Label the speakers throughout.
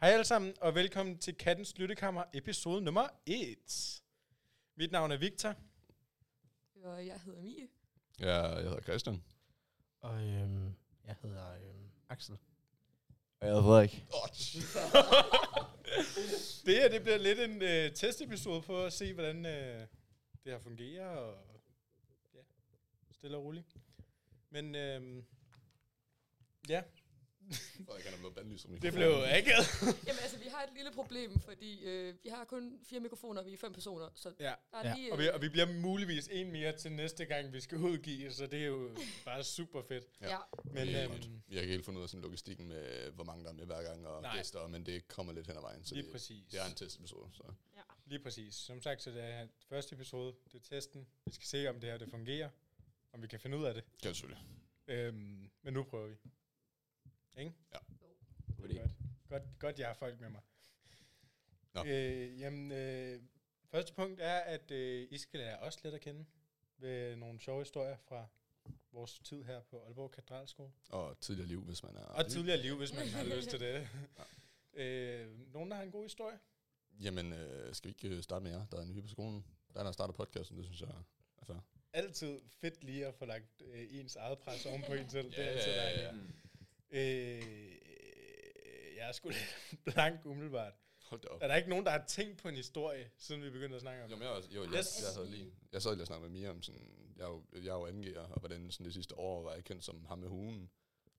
Speaker 1: Hej alle sammen, og velkommen til Kattens Lyttekammer, episode nummer 1. Mit navn er Victor.
Speaker 2: Og jeg hedder Mie.
Speaker 3: Ja, jeg hedder Christian.
Speaker 4: Og øhm, jeg hedder øhm, Axel.
Speaker 5: Og jeg hedder Frederik.
Speaker 1: det her det bliver lidt en øh, testepisode på at se, hvordan øh, det her fungerer, og ja, stille og roligt. Men øh, ja,
Speaker 3: Frederik, han er blevet bandlyst som
Speaker 1: det blev akavet.
Speaker 2: Jamen altså, vi har et lille problem, fordi øh, vi har kun fire mikrofoner, og vi er fem personer, så
Speaker 1: Ja.
Speaker 2: der er
Speaker 4: Ja,
Speaker 2: lige...
Speaker 1: Og vi, og vi bliver muligvis en mere til næste gang, vi skal udgive, så det er jo bare super fedt.
Speaker 3: Ja.
Speaker 2: ja.
Speaker 1: Men,
Speaker 3: Det er
Speaker 1: øh,
Speaker 3: godt. Vi har ikke helt fundet ud af sådan logistikken med, hvor mange der er med hver gang og
Speaker 1: Nej.
Speaker 3: Nej. gæster, men det kommer lidt hen ad vejen. Så
Speaker 1: lige
Speaker 3: det,
Speaker 1: præcis.
Speaker 3: det er en testepisode. Så.
Speaker 1: Lige præcis. Som sagt, så det er første episode, det er testen. Vi skal se, om det her det fungerer, om vi kan finde ud af det.
Speaker 3: Kan selvfølgelig.
Speaker 1: Øhm, men nu prøver vi. Ikke?
Speaker 3: Ja.
Speaker 1: Godt. Godt, godt, jeg har folk med mig.
Speaker 3: Nå.
Speaker 1: Øh, jamen, øh, første punkt er, at øh, I skal lære os lidt at kende ved nogle sjove historier fra vores tid her på Aalborg Katedralskole.
Speaker 3: Og tidligere liv, hvis man er...
Speaker 1: Og tidligere liv, hvis man har lyst til det. øh, nogen, der har en god historie?
Speaker 3: Jamen, øh, skal vi ikke øh, starte med jer, der er nye på skolen? Der er der starter podcasten, det synes jeg er altså. fair.
Speaker 1: Altid fedt lige at få lagt øh, ens eget pres oven på en selv. det er
Speaker 3: Ja,
Speaker 1: altid
Speaker 3: ja, ja,
Speaker 1: dejligt.
Speaker 3: ja.
Speaker 1: Øh, jeg er sgu lidt blank umiddelbart.
Speaker 3: Hold da op.
Speaker 1: Er der ikke nogen, der har tænkt på en historie, siden vi begyndte at snakke om
Speaker 3: Jo,
Speaker 1: det?
Speaker 3: men jeg, var også- jo, jeg,
Speaker 1: Yes.
Speaker 3: yes. jeg, havde lige, jeg sad lige og snakkede med Mia om sådan, jeg er jo, jeg er jo angiver, og hvordan sådan det sidste år var jeg kendt som ham med hugen.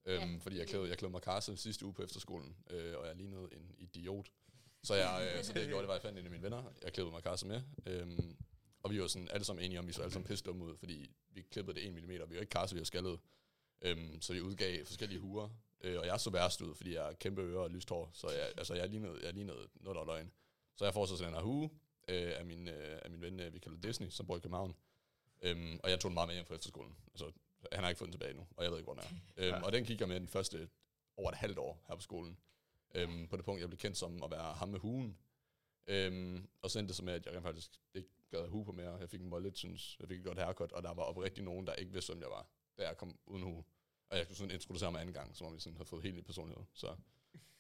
Speaker 3: Øhm,
Speaker 2: Ja.
Speaker 3: ja. Fordi jeg klædte, jeg klædte mig karse sidste uge på efterskolen, øh, og jeg lignede en idiot. Så, jeg, øh, så det jeg gjorde, det var, at jeg fandt en af mine venner, jeg klædte mig karse med. Øhm, og vi var sådan alle sammen enige om, vi så alle sammen pisse dumme ud, fordi vi klippede det 1 mm, vi var ikke karse, vi var skaldet. Øhm, så vi udgav forskellige huer, øh, og jeg så værst ud, fordi jeg har kæmpe ører og lyst hår, så jeg, altså, jeg lignede, jeg lignede noget, der var løgn. Så jeg får så sådan en her hue, øh, af, min, øh, af min ven, øh, vi kalder Disney, som bor i København. Øhm, og jeg tog den meget med hjem fra efterskolen. Altså, han har ikke fået den tilbage nu, og jeg ved ikke, hvor den er. Øhm, Og den gik jeg med den første over et halvt år her på skolen. Øhm, på det punkt, jeg blev kendt som at være ham med hugen. Øhm, og så endte det så med, at jeg rent faktisk ikke gad hue på mere. Jeg fik en mollet, synes jeg fik et godt haircut, og der var oprigtigt nogen, der ikke vidste, hvem jeg var, da jeg kom uden hue. Og jeg skulle sådan introducere mig anden gang, som om jeg sådan havde fået helt ny personlighed. Så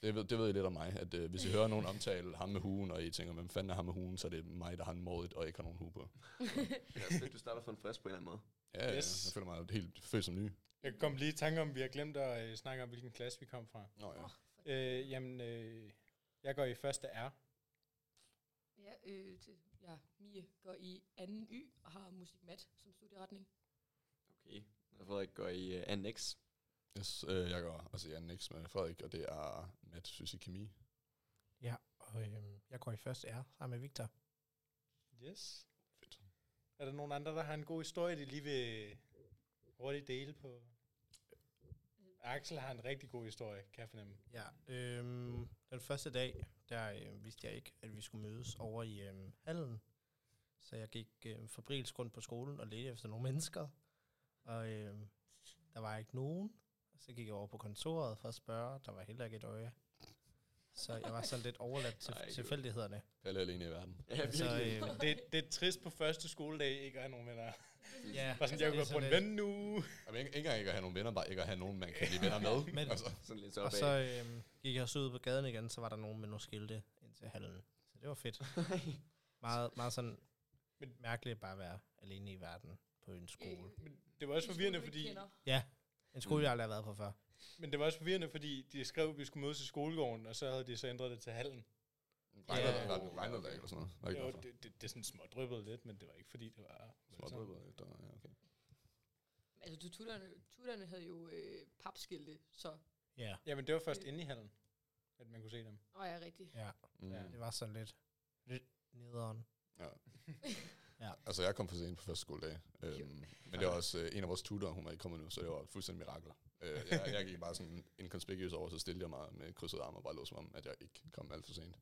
Speaker 3: det ved, det ved I lidt om mig, at øh, hvis I hører nogen omtale ham med hugen, og I tænker, hvem fanden er ham med hugen, så er det mig, der har en målet og ikke har nogen hue på.
Speaker 5: Det er fedt, du starter for en frisk på en eller anden måde.
Speaker 3: Ja,
Speaker 1: Yes.
Speaker 3: yes. jeg føler mig helt født som ny.
Speaker 1: Jeg kom lige i tanke om, at vi har glemt at øh, snakke om, hvilken klasse vi kom fra.
Speaker 3: Nå ja.
Speaker 1: Øh, jamen, øh, jeg går i første R.
Speaker 2: Ja, øh, til, ja, Mie går i anden Y og har musikmat som studieretning.
Speaker 5: Okay. Og Frederik går i uh, annex.
Speaker 3: Yes, øh, jeg går altså jeg er next med Frederik, og det er mat, fysik, kemi.
Speaker 4: Ja, og øhm, jeg går i første R sammen med Victor.
Speaker 1: Yes. Fedt. Er der nogen andre, der har en god historie, de lige vil hurtigt dele på?
Speaker 3: Øh.
Speaker 1: Axel har en rigtig god historie, kan jeg fornemme.
Speaker 4: Ja, øhm, den første dag, der øhm, vidste jeg ikke, at vi skulle mødes over i øhm, hallen. Så jeg gik øhm, fabrielsk rundt på skolen og ledte efter nogle mennesker. Og øhm, der var ikke nogen. Så gik jeg over på kontoret for at spørge. Der var heller ikke et øje. Så jeg var sådan lidt overladt til
Speaker 5: Ej, Gud.
Speaker 4: tilfældighederne.
Speaker 3: Palle alene i verden.
Speaker 5: Ja,
Speaker 4: Så,
Speaker 5: virkelig.
Speaker 4: øhm,
Speaker 1: Altså, Det, det er trist på første skoledag, ikke at have nogen venner.
Speaker 4: ja,
Speaker 1: Bare sådan, jeg
Speaker 4: Altså, det er
Speaker 1: går på en
Speaker 4: lidt-
Speaker 1: ven nu.
Speaker 3: Jamen, ikke, ikke engang ikke at have nogen venner, bare ikke at have nogen, man kan blive venner med.
Speaker 4: Men-
Speaker 3: altså,
Speaker 5: Sådan lidt så
Speaker 4: øh, Og
Speaker 5: opad.
Speaker 4: så øhm, gik jeg så ud på gaden igen, så var der nogen med nogle skilte ind til hallen. Så det var fedt. Meget, meget sådan
Speaker 1: Men-
Speaker 4: mærkeligt at bare være alene i verden på en
Speaker 2: Øh,
Speaker 4: skole.
Speaker 1: Men det var også forvirrende, fordi
Speaker 4: Ja, en skole,
Speaker 3: mm.
Speaker 4: jeg aldrig har været på før.
Speaker 1: Men det var også forvirrende, fordi de skrev, at vi skulle mødes i skolegården, og så havde de så ændret det til hallen.
Speaker 3: regner
Speaker 4: Ja.
Speaker 3: der- regner- regner der ikke eller sådan noget. Var ikke
Speaker 1: Jo,
Speaker 3: derfor.
Speaker 1: det, det, det er sådan smådryppede lidt, men det var ikke fordi, det var... voldsomt.
Speaker 3: Smådryppet, der- ja, okay.
Speaker 2: Altså, tutorerne, tutorerne havde jo øh, papskilte, så...
Speaker 4: Ja,
Speaker 1: Ja, men det var først inde i hallen, at man kunne se dem.
Speaker 2: Åh, ja, rigtigt.
Speaker 4: ja.
Speaker 3: Mm.
Speaker 1: Ja.
Speaker 4: det var sådan lidt, lidt nederen.
Speaker 3: Altså, jeg kom for sent på første skoledag. Øhm, men det var også øh, en af vores tutorer, hun var ikke kommet nu, så det var et fuldstændig mirakel. Øh, jeg, jeg gik bare sådan inconspicuous over, så stillede jeg mig med krydset arm og bare lå som om, at jeg ikke kom alt for sent.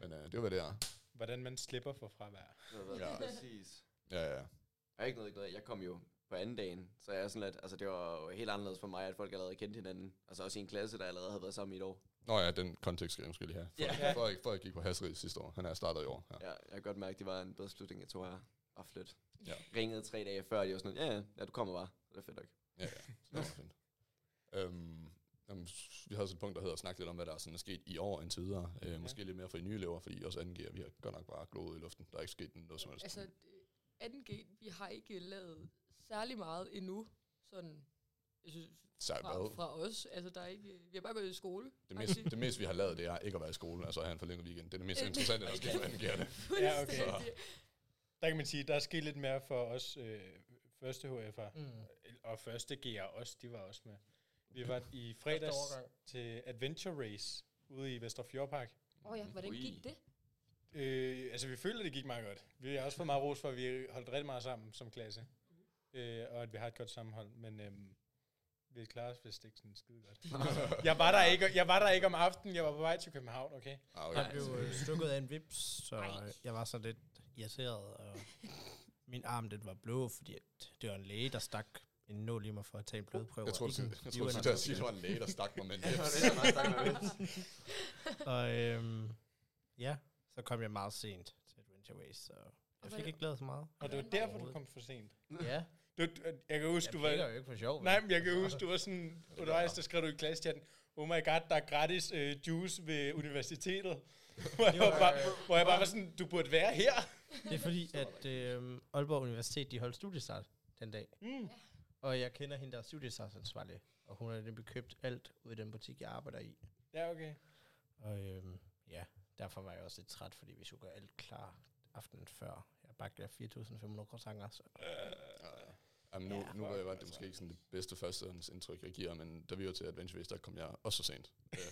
Speaker 3: Men øh, det var, hvad det er.
Speaker 1: Hvordan man slipper for fravær.
Speaker 3: Ja.
Speaker 5: Ja, præcis.
Speaker 3: Ja, ja.
Speaker 5: Jeg er ikke noget, ikke noget. Jeg kom jo på anden dagen, så jeg er sådan lidt, altså det var jo helt anderledes for mig, at folk allerede kendte hinanden. Altså også i en klasse, der allerede havde været sammen i et år.
Speaker 3: Nå ja, den kontekst skal jeg måske lige have. Frederik,
Speaker 1: Ja.
Speaker 3: yeah. Frederik, Frederik gik på Hasrid sidste år. Han er startet i år. Ja.
Speaker 5: Ja, jeg kan godt mærke, at det var en bedre beslutning, jeg tog her at flytte.
Speaker 3: Ja.
Speaker 5: Ringede tre dage før, og de var sådan, ja, ja, ja, du kommer bare. Det er fedt nok.
Speaker 3: ja, ja. Så det var fint. Øhm, jamen, s- vi havde også et punkt, der hedder at snakke lidt om, hvad der er sådan er sket i år indtil videre. Øh, måske lidt mere for de nye elever, fordi også 2G'er, vi har godt nok bare glået i luften. Der er ikke sket noget som helst.
Speaker 2: Altså, 2G, vi har ikke lavet særlig meget endnu, sådan, jeg synes,
Speaker 3: Sejt
Speaker 2: fra, Altså-
Speaker 3: hvad?
Speaker 2: fra os. Altså, der er ikke, vi har bare gået i skole.
Speaker 3: Det mest, det mest, vi har lavet, det er ikke at være i skolen, altså at have en forlænget weekend. Det er det mest
Speaker 2: Øh,
Speaker 3: interessante, der sker for 2G'erne.
Speaker 1: Ja,
Speaker 2: Fuldstændig.
Speaker 1: Der kan man sige, der er sket lidt mere for os øh, første HF'er.
Speaker 4: Mm.
Speaker 1: Og første G'er også, de var også med. Vi var i fredags til Adventure Race ude i Vestre Fjordpark.
Speaker 2: Åh oh, ja, hvordan
Speaker 5: Ui.
Speaker 2: gik det?
Speaker 1: Øh, altså, vi føler, det gik meget godt. Vi har også fået meget ros for, at vi holdt rigtig meget sammen som klasse. Øh, og at vi har et godt sammenhold, men øhm, vi klarer os vist ikke sådan skide godt. jeg, var der ikke, jeg var der ikke om aftenen, jeg var på vej til København, okay?
Speaker 3: Ah,
Speaker 4: Jeg
Speaker 3: okay.
Speaker 4: blev øh, stukket af en vips, så
Speaker 2: Ej.
Speaker 4: jeg var så lidt irriteret, og min arm den var blå, fordi at det var en læge, der stak en nål i mig for at tage en blodprøve.
Speaker 3: Jeg tror,
Speaker 4: i
Speaker 3: du,
Speaker 4: den
Speaker 3: jeg tror, du skulle til at sige, at det var en læge, der stak mig med en
Speaker 5: Ja, det var
Speaker 3: lips.
Speaker 5: det, jeg var snakket med.
Speaker 4: Og øhm, ja, så kom jeg meget sent til Adventure Ways, så jeg
Speaker 2: hvordan-
Speaker 4: fik ikke lavet så meget.
Speaker 1: Og det var
Speaker 2: Hvordan var
Speaker 1: derfor, du
Speaker 4: overhovedet?
Speaker 1: kom for sent.
Speaker 4: Ja,
Speaker 1: Du, du, jeg kan huske,
Speaker 4: jeg
Speaker 1: du var...
Speaker 4: piller jo ikke for sjov. vel?
Speaker 1: Nej,
Speaker 4: Altså,
Speaker 1: men jeg kan huske, du var sådan... Undervejs, der skrev du i klassechatten, oh my god, der er gratis øh, juice ved universitetet. hvor, jeg
Speaker 4: var-
Speaker 1: bare, hvor jeg bare var sådan, du burde være her.
Speaker 4: Det er fordi, at øh, Aalborg Universitet, de holdt studiestart den dag.
Speaker 1: Mm.
Speaker 4: Og jeg kender hende, der er studiestartsansvarlig. Og hun har nemlig købt alt ud af den butik, jeg arbejder i.
Speaker 1: Ja, okay.
Speaker 4: Og øhm, ja, derfor var jeg også lidt træt, fordi vi skulle gøre alt klar aftenen før. Jeg bagte 4.500 croissanter. Så.
Speaker 3: Jamen, nu,
Speaker 4: Ja.
Speaker 3: nu var, var det måske ikke sådan det bedste førstehåndsindtryk, jeg giver, men da vi var til Adventure Race, der kom jeg også så sent. Øh, det er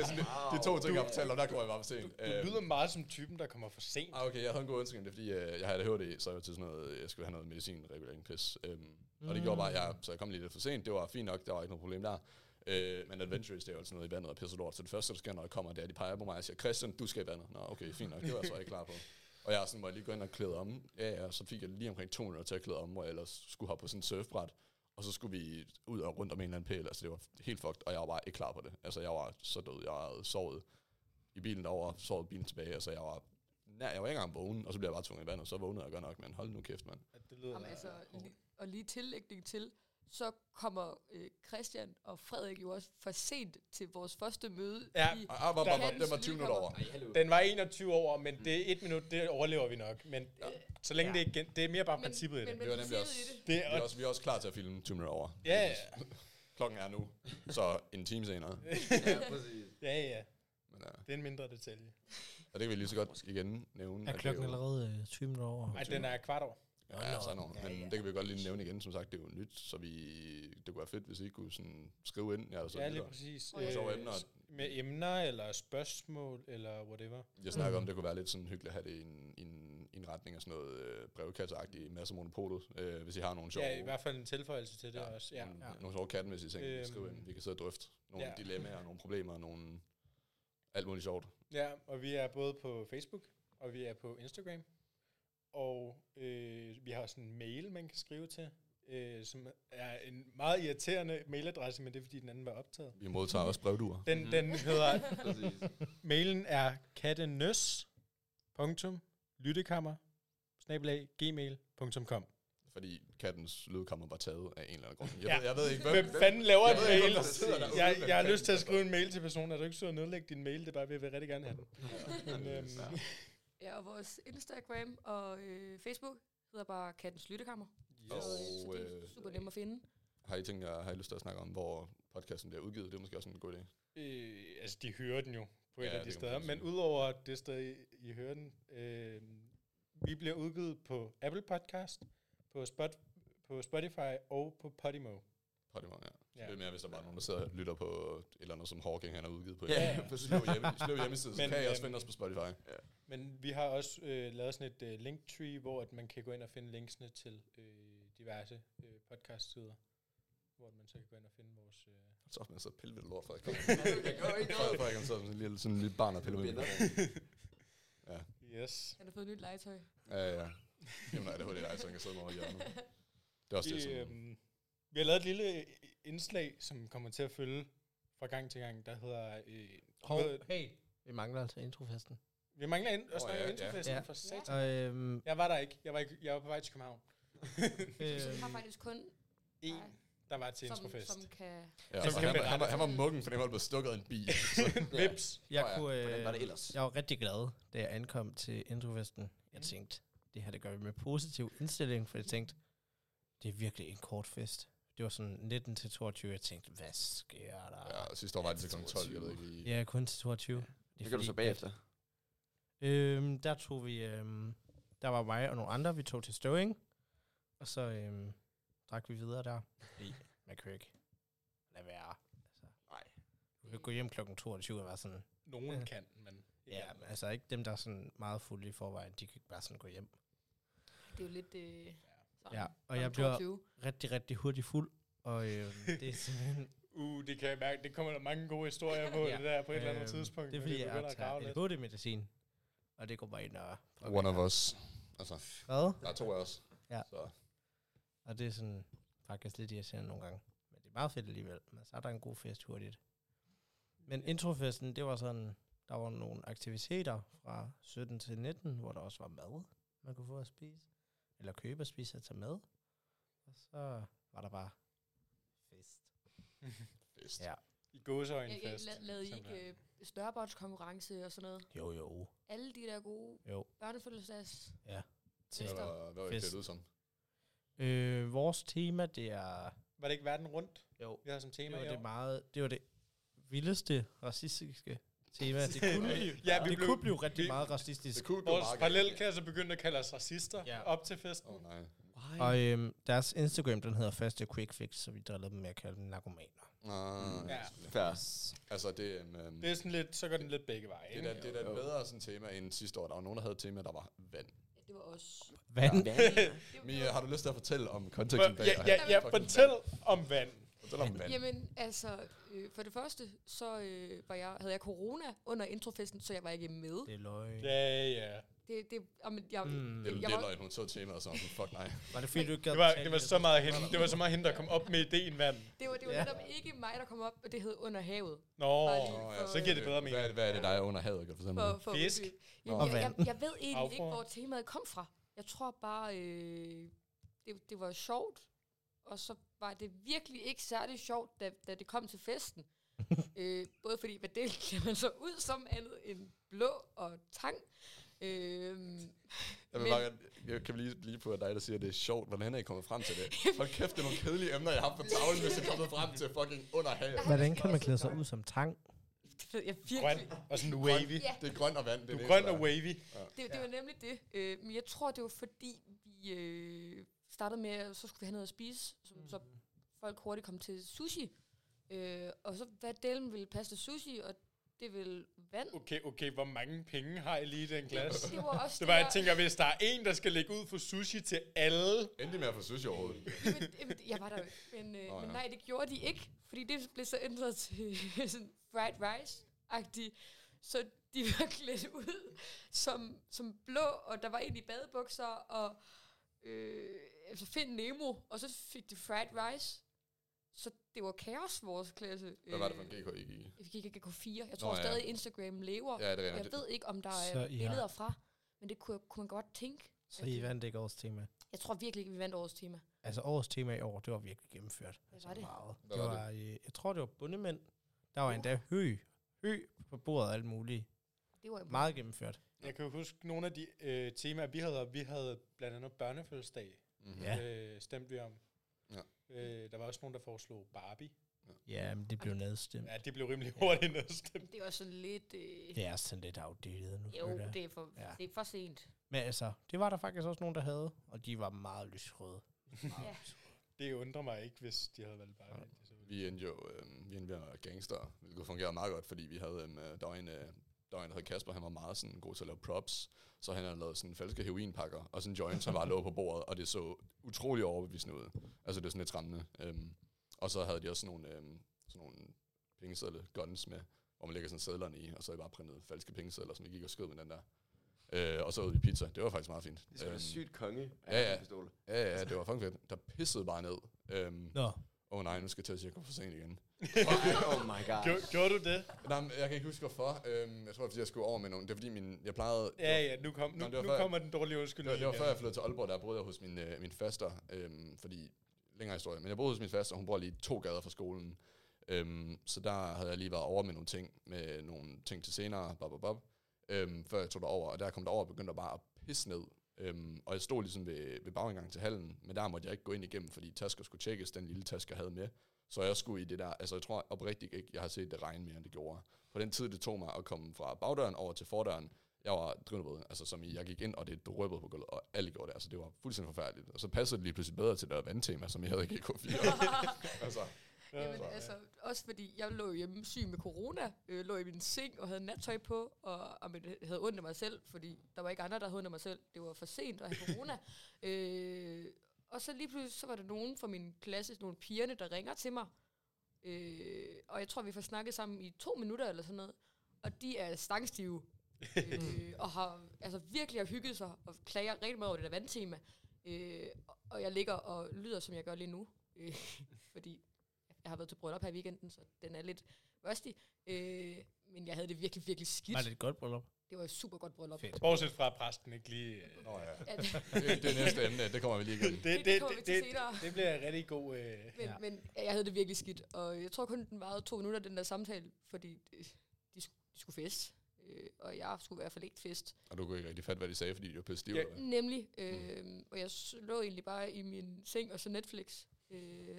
Speaker 3: sådan, det, det er to ting, jeg fortæller, og der går jeg bare for
Speaker 1: Du,
Speaker 3: sent.
Speaker 1: du lyder meget som typen, der kommer for sent.
Speaker 3: Ah, okay, jeg havde en god undskyldning, det er fordi, øh, jeg havde ADHD, så jeg var til sådan noget, øh, jeg skulle have noget medicinregulering pis. Øhm, og det gjorde bare, at jeg, så jeg kom lige lidt for sent, det var fint nok, der var ikke noget problem der. Øh, men Adventures, det er jo altid noget i vandet og pisse lort, så det første, der sker, når jeg kommer, det er, at de peger på mig og siger, Christian, du skal i vandet. Nå, okay, fint nok, det var jeg så ikke klar på. Og jeg er sådan, må jeg lige gå ind og klæde om. Ja, ja, så fik jeg lige omkring to minutter til at klæde om, hvor jeg ellers skulle hoppe på sådan et surfbræt. Og så skulle vi ud og rundt om en eller anden pæl, altså det var helt fucked, og jeg var bare ikke klar på det. Altså jeg var så død, jeg havde sovet i bilen derover, sovet i bilen tilbage, altså jeg var Nej, jeg var ikke engang vågen, og så blev jeg bare tvunget i vandet, og så vågnede jeg godt nok, men hold nu kæft, mand.
Speaker 1: At Det lyder...
Speaker 2: Jamen, altså, li- og lige tillægning til, så kommer øh, Christian og Frederik jo også for sent til vores første møde.
Speaker 1: Ja.
Speaker 2: i,
Speaker 3: Ej, ej, bare,
Speaker 1: Der-
Speaker 3: bare, bare, den var 20 minutter over.
Speaker 5: Ej, hallo.
Speaker 1: Den var 21 år, men det er et minut, det overlever vi nok. Men ja. så længe ja.
Speaker 4: Ja.
Speaker 1: det er igen, det er mere bare princippet i
Speaker 2: men,
Speaker 1: det.
Speaker 2: men
Speaker 3: Det var
Speaker 2: det
Speaker 3: nemlig
Speaker 2: var
Speaker 3: også-
Speaker 2: i det.
Speaker 1: Det
Speaker 3: Vi er,
Speaker 1: er,
Speaker 3: også, vi er også klar til at filme 20 minutter over.
Speaker 1: ja, ja,
Speaker 3: Klokken er nu, så en time senere.
Speaker 5: Ja, præcis.
Speaker 1: ja, ja,
Speaker 3: Men, ja.
Speaker 1: det er en mindre detalje.
Speaker 3: Og det kan vi lige så godt igen nævne.
Speaker 4: Er
Speaker 3: at det
Speaker 4: klokken
Speaker 3: jo-
Speaker 4: allerede øh, 20 minutter over?
Speaker 1: Ej, den er kvart over.
Speaker 3: Ja, ja, sådan noget. Men det kan vi godt lige nævne igen. Som sagt, det er jo nyt, så vi, det kunne være fedt, hvis I kunne sådan skrive ind. Ja, og så
Speaker 1: Ja, lige
Speaker 3: videre.
Speaker 1: præcis. Øh,
Speaker 2: Og ja.
Speaker 3: Sjove emner.
Speaker 1: s- Med emner, eller spørgsmål, eller whatever.
Speaker 3: Jeg snakker om, det kunne være lidt sådan hyggeligt at have det i en, i en, i en retning af sådan noget øh, brevkasseagtigt, masser af monopolet, øh, hvis I har nogle sjove...
Speaker 1: Ja, i hvert fald en tilføjelse til det også. Ja.
Speaker 3: Nogle, nogle sjove kattemæssige ting, øhm.
Speaker 1: Øhm.
Speaker 3: skriv ind. Vi kan sidde og drøfte nogle
Speaker 1: Ja.
Speaker 3: ja. dilemmaer, nogle problemer, nogle alt muligt sjovt.
Speaker 1: ja, og vi er både på Facebook, og vi er på Instagram. Og øh, vi har sådan en mail, man kan skrive til, øh, som er en meget irriterende mailadresse, men det er, fordi den anden var optaget.
Speaker 3: Vi modtager også brevduer.
Speaker 1: Den,
Speaker 5: Mhm.
Speaker 1: mm-hmm. den hedder
Speaker 5: præcis.
Speaker 1: Mailen er kattenøs. Punktum. Lyttekammer. Snabelag. Gmail.com.
Speaker 3: Fordi kattens lydkammer var taget af en eller anden grund. Jeg,
Speaker 1: Ja.
Speaker 3: ja. ved, jeg ved ikke, hvem...
Speaker 1: Hvem fanden laver
Speaker 3: jeg
Speaker 1: en
Speaker 3: ved ikke,
Speaker 1: mail?
Speaker 3: hvem der sidder derude,
Speaker 1: Jeg,
Speaker 3: men
Speaker 1: jeg har
Speaker 3: fanden,
Speaker 1: lyst til at
Speaker 3: altså.
Speaker 1: skrive en mail til personen. Er du ikke sød at nedlægge din mail? Det er bare, vi vil rigtig gerne have den. Men, øhm,
Speaker 2: Ja, og vores Instagram og øh, Facebook hedder bare Kattens Lyttekammer.
Speaker 3: Og,
Speaker 2: Så, øh, så det er
Speaker 3: øh,
Speaker 2: super nemt at finde.
Speaker 3: Har I tænkt jer, har I lyst til at snakke om, hvor podcasten bliver udgivet? Det er måske også en god idé.
Speaker 1: øh, altså, de hører den jo på et
Speaker 3: Ja,
Speaker 1: af
Speaker 3: det
Speaker 1: de
Speaker 3: kan
Speaker 1: steder.
Speaker 3: man sige.
Speaker 1: Men udover det sted, I, I hører den, øh, vi bliver udgivet på Apple Podcast, på, Spot, på Spotify og på Podimo.
Speaker 3: Podimo, ja.
Speaker 1: Ja.
Speaker 3: ja. Det er mere, hvis der bare er nogen, der sidder og lytter på et eller andet, som Hawking han har udgivet på.
Speaker 1: Ja,
Speaker 3: Ja,
Speaker 1: ja.
Speaker 3: ja. Slå, hjemme, slå hjemmeside, så
Speaker 1: Men,
Speaker 3: kan I også
Speaker 1: øhm,
Speaker 3: finde os på Spotify.
Speaker 1: Men vi har også øh, lavet sådan et øh, linktree, hvor at man kan gå ind og finde linksene til øh, diverse øh, podcast-sider, hvor man så kan gå ind og finde vores... Øh.
Speaker 3: Så har man siddet og pille ved det lort, Frederik. Frederik, han sidder som sådan en lille, sådan en lille barn og piller ved det.
Speaker 1: Yes.
Speaker 2: Han har fået nyt legetøj.
Speaker 3: Ja, ja. Jamen nej, det var det, jeg så han kan sidde med over i hjørnet. Det er også det,
Speaker 1: Vi,
Speaker 3: som...
Speaker 1: øhm, vi har lavet et lille øh, indslag, som kommer til at følge fra gang til gang, der hedder... Øh,
Speaker 4: Hov,
Speaker 1: hvad-
Speaker 4: hey, vi mangler altså introfesten.
Speaker 1: vi mangler ind og
Speaker 3: Åh,
Speaker 1: snakke
Speaker 3: ja,
Speaker 1: oh,
Speaker 3: ja.
Speaker 1: introfesten
Speaker 4: Ja.
Speaker 1: for satan.
Speaker 4: Og, øhm, øh,
Speaker 1: Jeg var der ikke. Jeg var, ikke, jeg var på vej til København.
Speaker 2: Så vi har
Speaker 4: øhm,
Speaker 2: faktisk kun
Speaker 1: En.
Speaker 2: Ej.
Speaker 1: der var Øh, til
Speaker 2: som,
Speaker 1: introfest.
Speaker 2: som kan...
Speaker 3: Ja,
Speaker 1: Som
Speaker 3: så
Speaker 1: kan
Speaker 3: han,
Speaker 1: berette.
Speaker 3: han, var, han var muggen, fordi han var blevet stukket af en bi. Så-
Speaker 1: Vips.
Speaker 4: Jeg,
Speaker 3: Nå ja,
Speaker 4: kunne,
Speaker 5: Hvordan
Speaker 4: øh,
Speaker 5: var det ellers?
Speaker 4: jeg var rigtig glad, da jeg ankom til introfesten. Jeg
Speaker 1: Mm.
Speaker 4: tænkte, det her det gør vi med positiv indstilling, for jeg tænkte, det er virkelig en kort fest. Det var sådan 19 til 22, jeg tænkte, hvad sker der?
Speaker 3: ja, og sidste år var det til kl. 12, jeg ved ikke lige.
Speaker 4: Ja, ja kun til 22. Det er
Speaker 5: Hvad gør du
Speaker 4: fordi,
Speaker 5: så
Speaker 4: at-
Speaker 5: bagefter?
Speaker 4: Øhm, der tog vi, øhm, der var mig og nogle andre, vi tog til Støving, og så øhm, drak vi videre der. Fordi man kan jo ikke lade være. Altså,
Speaker 5: Nej.
Speaker 4: Du kan jo ikke gå hjem klokken 22 og være sådan,
Speaker 1: Nogen
Speaker 4: Ja.
Speaker 1: kan, men... ikke
Speaker 4: ja,
Speaker 1: alle.
Speaker 4: altså ikke dem, der er sådan meget fulde i forvejen, de kan ikke bare sådan gå hjem.
Speaker 2: Det er jo lidt... Øh, sådan,
Speaker 4: Ja,
Speaker 2: som
Speaker 4: og jeg bliver
Speaker 2: 22.
Speaker 4: rigtig, rigtig hurtigt fuld, og øhm, det er simpelthen...
Speaker 1: Uh, det kan jeg mærke. Det kommer der mange gode historier på,
Speaker 4: Ja.
Speaker 1: ja. det der på et eller andet
Speaker 4: øhm,
Speaker 1: tidspunkt.
Speaker 4: Det er
Speaker 1: når
Speaker 4: fordi,
Speaker 1: vi begynder
Speaker 4: jeg
Speaker 1: at grave lidt.
Speaker 4: tager ADHD-medicin, og det går bare ind og...
Speaker 3: One of us. Altså,
Speaker 4: Hvad?
Speaker 3: der er to af os.
Speaker 4: Ja.
Speaker 3: Så.
Speaker 4: Og det er sådan faktisk lidt irriterende nogle gange. Men det er meget fedt alligevel. Men så er der en god fest hurtigt. Men introfesten, det var sådan, der var nogle aktiviteter fra 17 til 19, hvor der også var mad, man kunne få at spise. Eller købe og spise og tage med. Og så var der bare fest.
Speaker 3: Fest.
Speaker 4: Ja.
Speaker 1: I gåseøjne
Speaker 2: Jeg, jeg
Speaker 1: fest.
Speaker 2: la- lavede I ikke øh, størbåndskonkurrence og sådan noget.
Speaker 4: Jo, jo.
Speaker 2: Alle de der gode
Speaker 4: Jo.
Speaker 2: børnefødselsdags...
Speaker 4: Til.
Speaker 3: Hvad var, hvad var det
Speaker 4: Fest.
Speaker 3: klædt ud som?
Speaker 4: Øh, vores tema, det er...
Speaker 1: Var det ikke verden rundt,
Speaker 4: Jo.
Speaker 1: vi havde som
Speaker 4: Det
Speaker 1: tema
Speaker 4: var
Speaker 1: i
Speaker 4: det
Speaker 1: år?
Speaker 4: meget... Det var det vildeste racistiske tema. Det kunne blive,
Speaker 1: Ja, vi
Speaker 4: det
Speaker 1: blev-
Speaker 4: kunne blive rigtig
Speaker 1: vi-
Speaker 4: meget racistisk.
Speaker 3: kunne
Speaker 1: Vores parallelklasse begyndte at kalde os racister
Speaker 4: Ja.
Speaker 1: ja. op til festen.
Speaker 3: Åh oh, nej.
Speaker 4: Og øhm, deres Instagram, den hedder Faste Quick Fix, så vi driller dem med at kalde dem narkomaner.
Speaker 3: Nej.
Speaker 5: Mm.
Speaker 1: Ja.
Speaker 5: Færre.
Speaker 3: Altså, det er en... øhm,
Speaker 1: Det er sådan lidt, så går den lidt begge veje.
Speaker 3: Det
Speaker 1: ikke?
Speaker 3: er da, det er da et bedre sådan, tema end sidste år. Der var nogen, der havde et tema, der var vand.
Speaker 2: Ja, det var os.
Speaker 4: Vand?
Speaker 2: Det var-
Speaker 3: Mia, har du lyst til at fortælle om konteksten
Speaker 1: For-
Speaker 3: bag?
Speaker 1: Ja,
Speaker 3: at
Speaker 1: ja,
Speaker 3: have
Speaker 1: ja,
Speaker 3: fucking
Speaker 1: fortæl
Speaker 3: vand?
Speaker 1: om vand.
Speaker 3: Fortæl om vand.
Speaker 2: Jamen, altså, øh, for det første, så øh, var jeg, havde jeg corona under introfesten, så jeg var ikke med.
Speaker 4: Det er løgn.
Speaker 1: Ja, ja.
Speaker 2: Det, det, jamen, jeg,
Speaker 4: Mm.
Speaker 3: Det
Speaker 2: Jeg
Speaker 3: er lidt
Speaker 2: var-
Speaker 3: løgn, hun så temaet og sådan, fuck nej.
Speaker 4: Var det fint, du ikke gad
Speaker 1: Det var,
Speaker 4: betale
Speaker 1: det var
Speaker 4: det?
Speaker 1: så meget hende, det var så meget hende, der kom op med ideen vand.
Speaker 2: det var, det var
Speaker 4: Ja.
Speaker 2: ja. netop ikke mig, der kom op, og det hed Under Havet.
Speaker 1: Nå,
Speaker 2: Bare lige
Speaker 3: Åh,
Speaker 2: for,
Speaker 3: ja,
Speaker 1: så giver det bedre mening.
Speaker 3: Hvad er det, hvad er det der er under havet, kan du fortælle mig?
Speaker 2: for,
Speaker 3: det?
Speaker 2: for at
Speaker 1: Fisk.
Speaker 2: uddybe.
Speaker 4: Og
Speaker 2: Jamen, jeg, jeg,
Speaker 4: vand.
Speaker 2: jeg ved egentlig ikke,
Speaker 1: Afgrøder.
Speaker 2: hvor temaet kom fra. Jeg tror bare, øh, det, det var sjovt, og så var det virkelig ikke særlig sjovt, da, da det kom til festen. øh, både fordi, hvad det kan man så ud som andet end blå og tang. Øh,
Speaker 3: Jeg vil
Speaker 2: men-
Speaker 3: bare, godt- jeg kan lige blive på at dig, der siger, at det er sjovt. Hvordan er I kommet frem til det? Hold kæft, det er nogle kedelige emner, jeg har på tavlen, hvis jeg er kommet frem til fucking under havet.
Speaker 4: Hvordan kan man klæde sig ud som tang?
Speaker 2: det ved jeg
Speaker 1: grøn
Speaker 2: virkelig.
Speaker 1: og sådan wavy.
Speaker 2: Ja,
Speaker 3: Det er grønt og vand. Det
Speaker 1: Du
Speaker 3: er
Speaker 1: er
Speaker 3: det
Speaker 1: grøn
Speaker 3: eneste,
Speaker 1: og
Speaker 3: der er.
Speaker 1: wavy.
Speaker 2: det, det
Speaker 4: Ja.
Speaker 2: var nemlig det. Øh, men jeg tror, det var fordi, vi øh, startede med, at så skulle vi have noget at spise, som så folk hurtigt kom til sushi. Øh, og så, hvad delen ville passe til sushi, og det ville vand.
Speaker 1: Okay, okay, hvor mange penge har I lige i den klasse?
Speaker 2: Det var også
Speaker 1: Det var, jeg
Speaker 2: der-
Speaker 1: tænker, hvis der er en, der skal lægge ud for sushi til alle,
Speaker 3: Endelig med at få sushi overhovedet.
Speaker 2: Jamen, jamen, jeg var der jo ikke. Men, øh,
Speaker 3: Nå,
Speaker 2: men
Speaker 3: ja.
Speaker 2: nej, det gjorde de ikke, fordi det blev så ændret til sådan fried rice-agtigt. Så de var klædt ud som, som blå, og der var egentlig badebukser og øh, altså find Nemo, og så fik de fried rice. Så det var kaos, vores klasse.
Speaker 3: Hvad var det for en
Speaker 2: Øh,
Speaker 3: GK, I gik i?
Speaker 2: Vi gik ikke 4. Jeg tror
Speaker 3: Nå, ja.
Speaker 2: stadig, Instagram lever.
Speaker 3: Ja, det er
Speaker 2: Jeg
Speaker 3: rigtigt.
Speaker 2: ved ikke, om der
Speaker 4: Så
Speaker 2: er
Speaker 4: I har-
Speaker 2: billeder fra, men det kunne, kunne man godt tænke.
Speaker 4: Så I vandt ikke årets tema.
Speaker 2: Jeg tror virkelig ikke, vi vandt årets tema.
Speaker 4: Altså årets tema i år, det var virkelig gennemført.
Speaker 2: Hvad var det?
Speaker 4: Meget.
Speaker 3: Hvad
Speaker 4: Det
Speaker 3: var
Speaker 4: var, øh, jeg tror, det var bundemænd. Der var endda hø. Hø på bordet og alt muligt.
Speaker 2: Det var
Speaker 4: Meget gennemført.
Speaker 1: Jeg kan jo huske nogle af de øh, temaer, vi havde, og vi havde blandt andet børnefødselsdag,
Speaker 3: Mhm.
Speaker 4: Ja.
Speaker 1: øh, stemte vi om.
Speaker 3: Ja.
Speaker 1: Øh, der var også nogen, der foreslog Barbie.
Speaker 4: Ja, men det blev nedstemt.
Speaker 1: Ja, det blev rimelig hurtigt nedstemt.
Speaker 2: Det er også sådan lidt... Øh,
Speaker 4: Det er sådan lidt outdated nu.
Speaker 2: jo,
Speaker 4: føler jeg.
Speaker 2: det er, for,
Speaker 4: Ja.
Speaker 2: ja. det er for sent.
Speaker 4: Men altså, det var der faktisk også nogen, der havde. Og de var meget lysrøde. Meget
Speaker 2: Ja.
Speaker 4: lysrøde.
Speaker 1: Det undrer mig ikke, hvis de havde valgt Barbie. Det så ud.
Speaker 3: Vi endte jo øh, vi endte med at være gangster, hvilket fungerede meget godt, fordi vi havde en øh, der var en, øh, der var en, der hed Kasper, han var meget sådan, god til at lave props, så han havde lavet sådan falske heroinpakker, og sådan joints, han bare lå på bordet, og det så utrolig overbevisende ud. Altså det var sådan lidt skræmmende. Øhm, og så havde de også sådan nogle, øhm, sådan nogle pengesedler, guns med, hvor man lægger sådan sædlerne i, og så havde de bare printet falske pengesedler, som vi gik og skød med den der. Øh, og så ud i pizza. Det var faktisk meget fint.
Speaker 5: Det er sgu da
Speaker 4: Øhm.
Speaker 5: sygt konge.
Speaker 3: ja, ja.
Speaker 5: en pistol.
Speaker 3: Ja, ja, det var fucking fedt. Der pissede bare ned. Øhm,
Speaker 4: Nå,
Speaker 3: Åh oh, nej, nu skal jeg til at sige, at jeg kom for sent igen.
Speaker 5: Oh my god.
Speaker 1: Gjorde, gjorde du det?
Speaker 3: Nej, men jeg kan ikke huske hvorfor. Øhm, jeg tror, det er, fordi jeg skulle over med nogen. Det er fordi, min, jeg plejede...
Speaker 1: Ja, ja, nu, kom, nu,
Speaker 3: Nå, det var
Speaker 1: nu
Speaker 3: før-
Speaker 1: kommer den dårlige
Speaker 3: Det var,
Speaker 1: undskyldning
Speaker 3: det var før
Speaker 1: igen.
Speaker 3: jeg flyttede til Aalborg, der boede jeg hos min, øh, min faster, øhm, fordi længere historie, men jeg boede hos min faste, og hun bor lige to gader fra skolen. Øhm, så der havde jeg lige været over med nogle ting, med nogle ting til senere, bop, bop, bop, øhm, før jeg tog derover. Og der kom derover og begyndte jeg bare at pisse ned. Øhm, og jeg stod ligesom ved, ved bagindgangen til hallen, men der måtte jeg ikke gå ind igennem, fordi tasker skulle tjekkes, den lille taske, jeg havde med. Så jeg skulle i det der, altså jeg tror oprigtigt ikke, jeg har set det regne mere, end det gjorde. På den tid, det tog mig at komme fra bagdøren over til fordøren, jeg var drivende, altså som i, jeg gik ind, og det drøbbede på gulvet, og alle gjorde det, altså det var fuldstændig forfærdeligt. Og så passede det lige pludselig bedre til det der vandtema, som jeg havde i GK4. altså,
Speaker 2: Jamen, altså, også fordi jeg lå hjemme syg med corona, øh, lå i min seng og havde nattøj på, og, og men, jeg havde ondt af mig selv, fordi der var ikke andre, der havde ondt af mig selv. Det var for sent at have corona. øh, og så lige pludselig, så var der nogen fra min klasse, nogle pigerne, der ringer til mig. Øh, og jeg tror, vi får snakket sammen i to minutter eller sådan noget. Og de er stangstive, øh, og har altså, virkelig har hygget sig og klager rigtig meget over det der vandtema. Øh, og jeg ligger og lyder, som jeg gør lige nu, øh, fordi jeg har været til bryllup her i weekenden, så den er lidt rusty. Øh, men jeg havde det virkelig, virkelig skidt.
Speaker 4: Var det et godt bryllup?
Speaker 2: Det var et super godt bryllup.
Speaker 4: Fedt.
Speaker 1: Bortset fra at præsten ikke lige... øh,
Speaker 3: nå ja.
Speaker 2: Ja, det,
Speaker 3: det, det er næste emne, det kommer vi lige igennem.
Speaker 2: det, det kommer vi til senere.
Speaker 1: det bliver en rigtig god... Øh,
Speaker 2: Men, ja. men jeg havde det virkelig skidt, og jeg tror kun, den varede to minutter, den der samtale, fordi øh, de, sk- de skulle fest, øh, og jeg skulle i hvert fald ikke fest.
Speaker 3: Og du kunne ikke rigtig fatte, hvad de sagde, fordi de var pisse stive.
Speaker 1: Ja.
Speaker 3: eller hvad?
Speaker 2: Nemlig,
Speaker 4: Mm.
Speaker 2: øh, og jeg s- lå egentlig bare i min seng og så Netflix. Øh,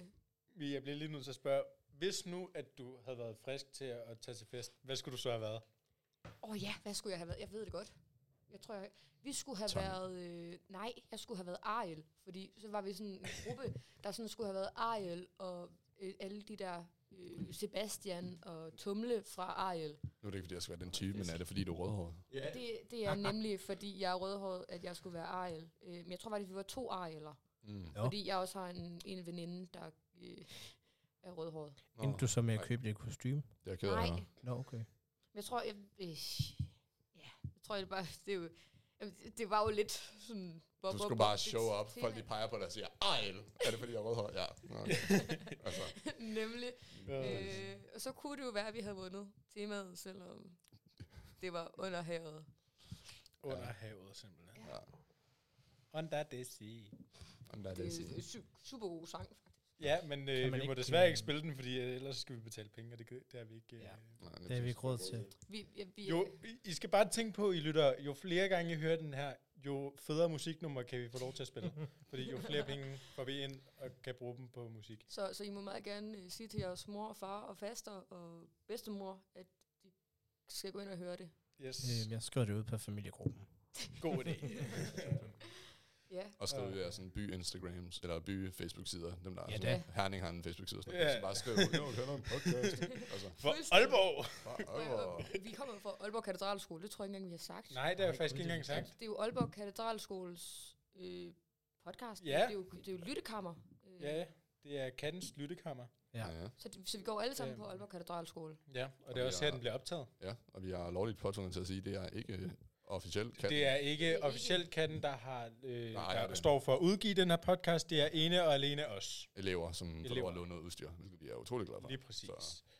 Speaker 1: Vi- Jeg bliver lige nødt til at spørge, hvis nu, at du havde været frisk til at tage til fest, hvad skulle du så have været?
Speaker 2: Åh oh ja, hvad skulle jeg have været? Jeg ved det godt. Jeg tror, jeg, vi skulle have
Speaker 3: Tom.
Speaker 2: været... Øh, nej, jeg skulle have været Ariel. Fordi så var vi sådan en gruppe, der sådan skulle have været Ariel og øh, alle de der øh, Sebastian og Tumle fra Ariel.
Speaker 3: Nu er det ikke, fordi jeg skal være den type, men er det, fordi du er rødhåret?
Speaker 5: Yeah.
Speaker 2: Det, det er nemlig, fordi jeg er rødhåret, at jeg skulle være Ariel. Øh, men jeg tror faktisk, vi var to Arieler.
Speaker 3: Mm.
Speaker 4: Nå.
Speaker 2: Fordi jeg også har en, en veninde, der øh, er rødhåret.
Speaker 3: Nå,
Speaker 4: Endte du så med at
Speaker 3: nej.
Speaker 4: købe det kostume?
Speaker 3: det er jeg ked af. at
Speaker 2: Nej.
Speaker 3: høre.
Speaker 4: Nå, okay.
Speaker 2: Men jeg tror, jeg, øh, ja, jeg tror, det bare, det, er jo, jamen, det- det var jo lidt sådan...
Speaker 3: Du skulle bare show up. Folk de peger på dig og siger, ej, er det, fordi jeg er rødhåret? Ja. Nå, Okay. altså,
Speaker 2: Nemlig.
Speaker 1: Øh.
Speaker 2: Øh, og så kunne det jo være, at vi havde vundet temaet, selvom det var under havet.
Speaker 1: Under havet, simpelthen.
Speaker 2: Ja.
Speaker 3: ja.
Speaker 1: Under det sige.
Speaker 3: Jamen, der er
Speaker 2: Det
Speaker 3: det, at
Speaker 2: er
Speaker 3: sige.
Speaker 2: en su- super god sang, faktisk.
Speaker 1: Ja, men
Speaker 4: Kan
Speaker 1: øh,
Speaker 4: man
Speaker 1: vi må
Speaker 4: ikke,
Speaker 1: desværre
Speaker 4: øh,
Speaker 1: ikke spille den, fordi øh, ellers skal vi betale penge, og det, gid- det har vi ikke... Øh.
Speaker 4: Ja.
Speaker 3: Nej, det er
Speaker 4: Det har vi
Speaker 3: præcis.
Speaker 4: ikke råd til.
Speaker 2: Vi, ja, vi,
Speaker 1: Jo, I- I skal bare tænke på, I lytter, jo flere gange I hører den her, jo federe musiknummer kan vi få lov til at spille. fordi jo flere penge får vi ind og kan bruge dem på musik.
Speaker 2: Så, så I må meget gerne øh, sige til jeres mor og far og faster og bedstemor, at de skal gå ind og høre det.
Speaker 1: Yes,
Speaker 4: Øhm, jeg skriver det ud på familiegruppen.
Speaker 1: god idé.
Speaker 2: Ja,
Speaker 3: Og skrive i jeres sådan by-Instagrams, eller by-Facebook-sider. Dem, der
Speaker 4: Ja,
Speaker 3: er sådan,
Speaker 2: da.
Speaker 3: Herning har en Facebook-side. Sådan,
Speaker 1: Ja.
Speaker 3: yeah. Så bare skriv, jo, jeg hører en podcast. altså,
Speaker 1: For
Speaker 2: Fuldstændig.
Speaker 1: Aalborg!
Speaker 3: bare,
Speaker 2: og, og,
Speaker 3: over.
Speaker 2: vi kommer fra Aalborg Katedralskole, det tror jeg ikke engang, vi har sagt.
Speaker 1: Nej, det har
Speaker 4: Nej,
Speaker 1: jeg faktisk
Speaker 4: kun
Speaker 1: ikke
Speaker 4: det.
Speaker 1: engang sagt.
Speaker 2: Det er jo Aalborg Katedralskoles øh, podcast.
Speaker 1: Ja.
Speaker 2: Det, er jo, det er jo lyttekammer. Øh,
Speaker 1: Ja, det er Kattens Lyttekammer.
Speaker 3: Ja.
Speaker 4: Ja.
Speaker 3: ja.
Speaker 2: Så, det- så vi går alle sammen
Speaker 1: Øhm.
Speaker 2: på Aalborg Katedralskole.
Speaker 1: Ja, og det er
Speaker 3: vi
Speaker 1: også her,
Speaker 3: har-
Speaker 1: den bliver optaget.
Speaker 3: ja. og vi har lovligt påtvunget til at sige, det er ikke øh, officielt. Kan.
Speaker 1: Det er
Speaker 2: Det er
Speaker 1: ikke
Speaker 2: ikke-
Speaker 1: officielt Katten, der har øh,
Speaker 3: Nej,
Speaker 1: der
Speaker 3: det-
Speaker 1: står for at udgive den her podcast. Det er ene og alene os.
Speaker 3: elever, som får lov
Speaker 1: Elever.
Speaker 3: at låne noget udstyr, hvilket vi er utrolig glade for.
Speaker 1: Lige præcis.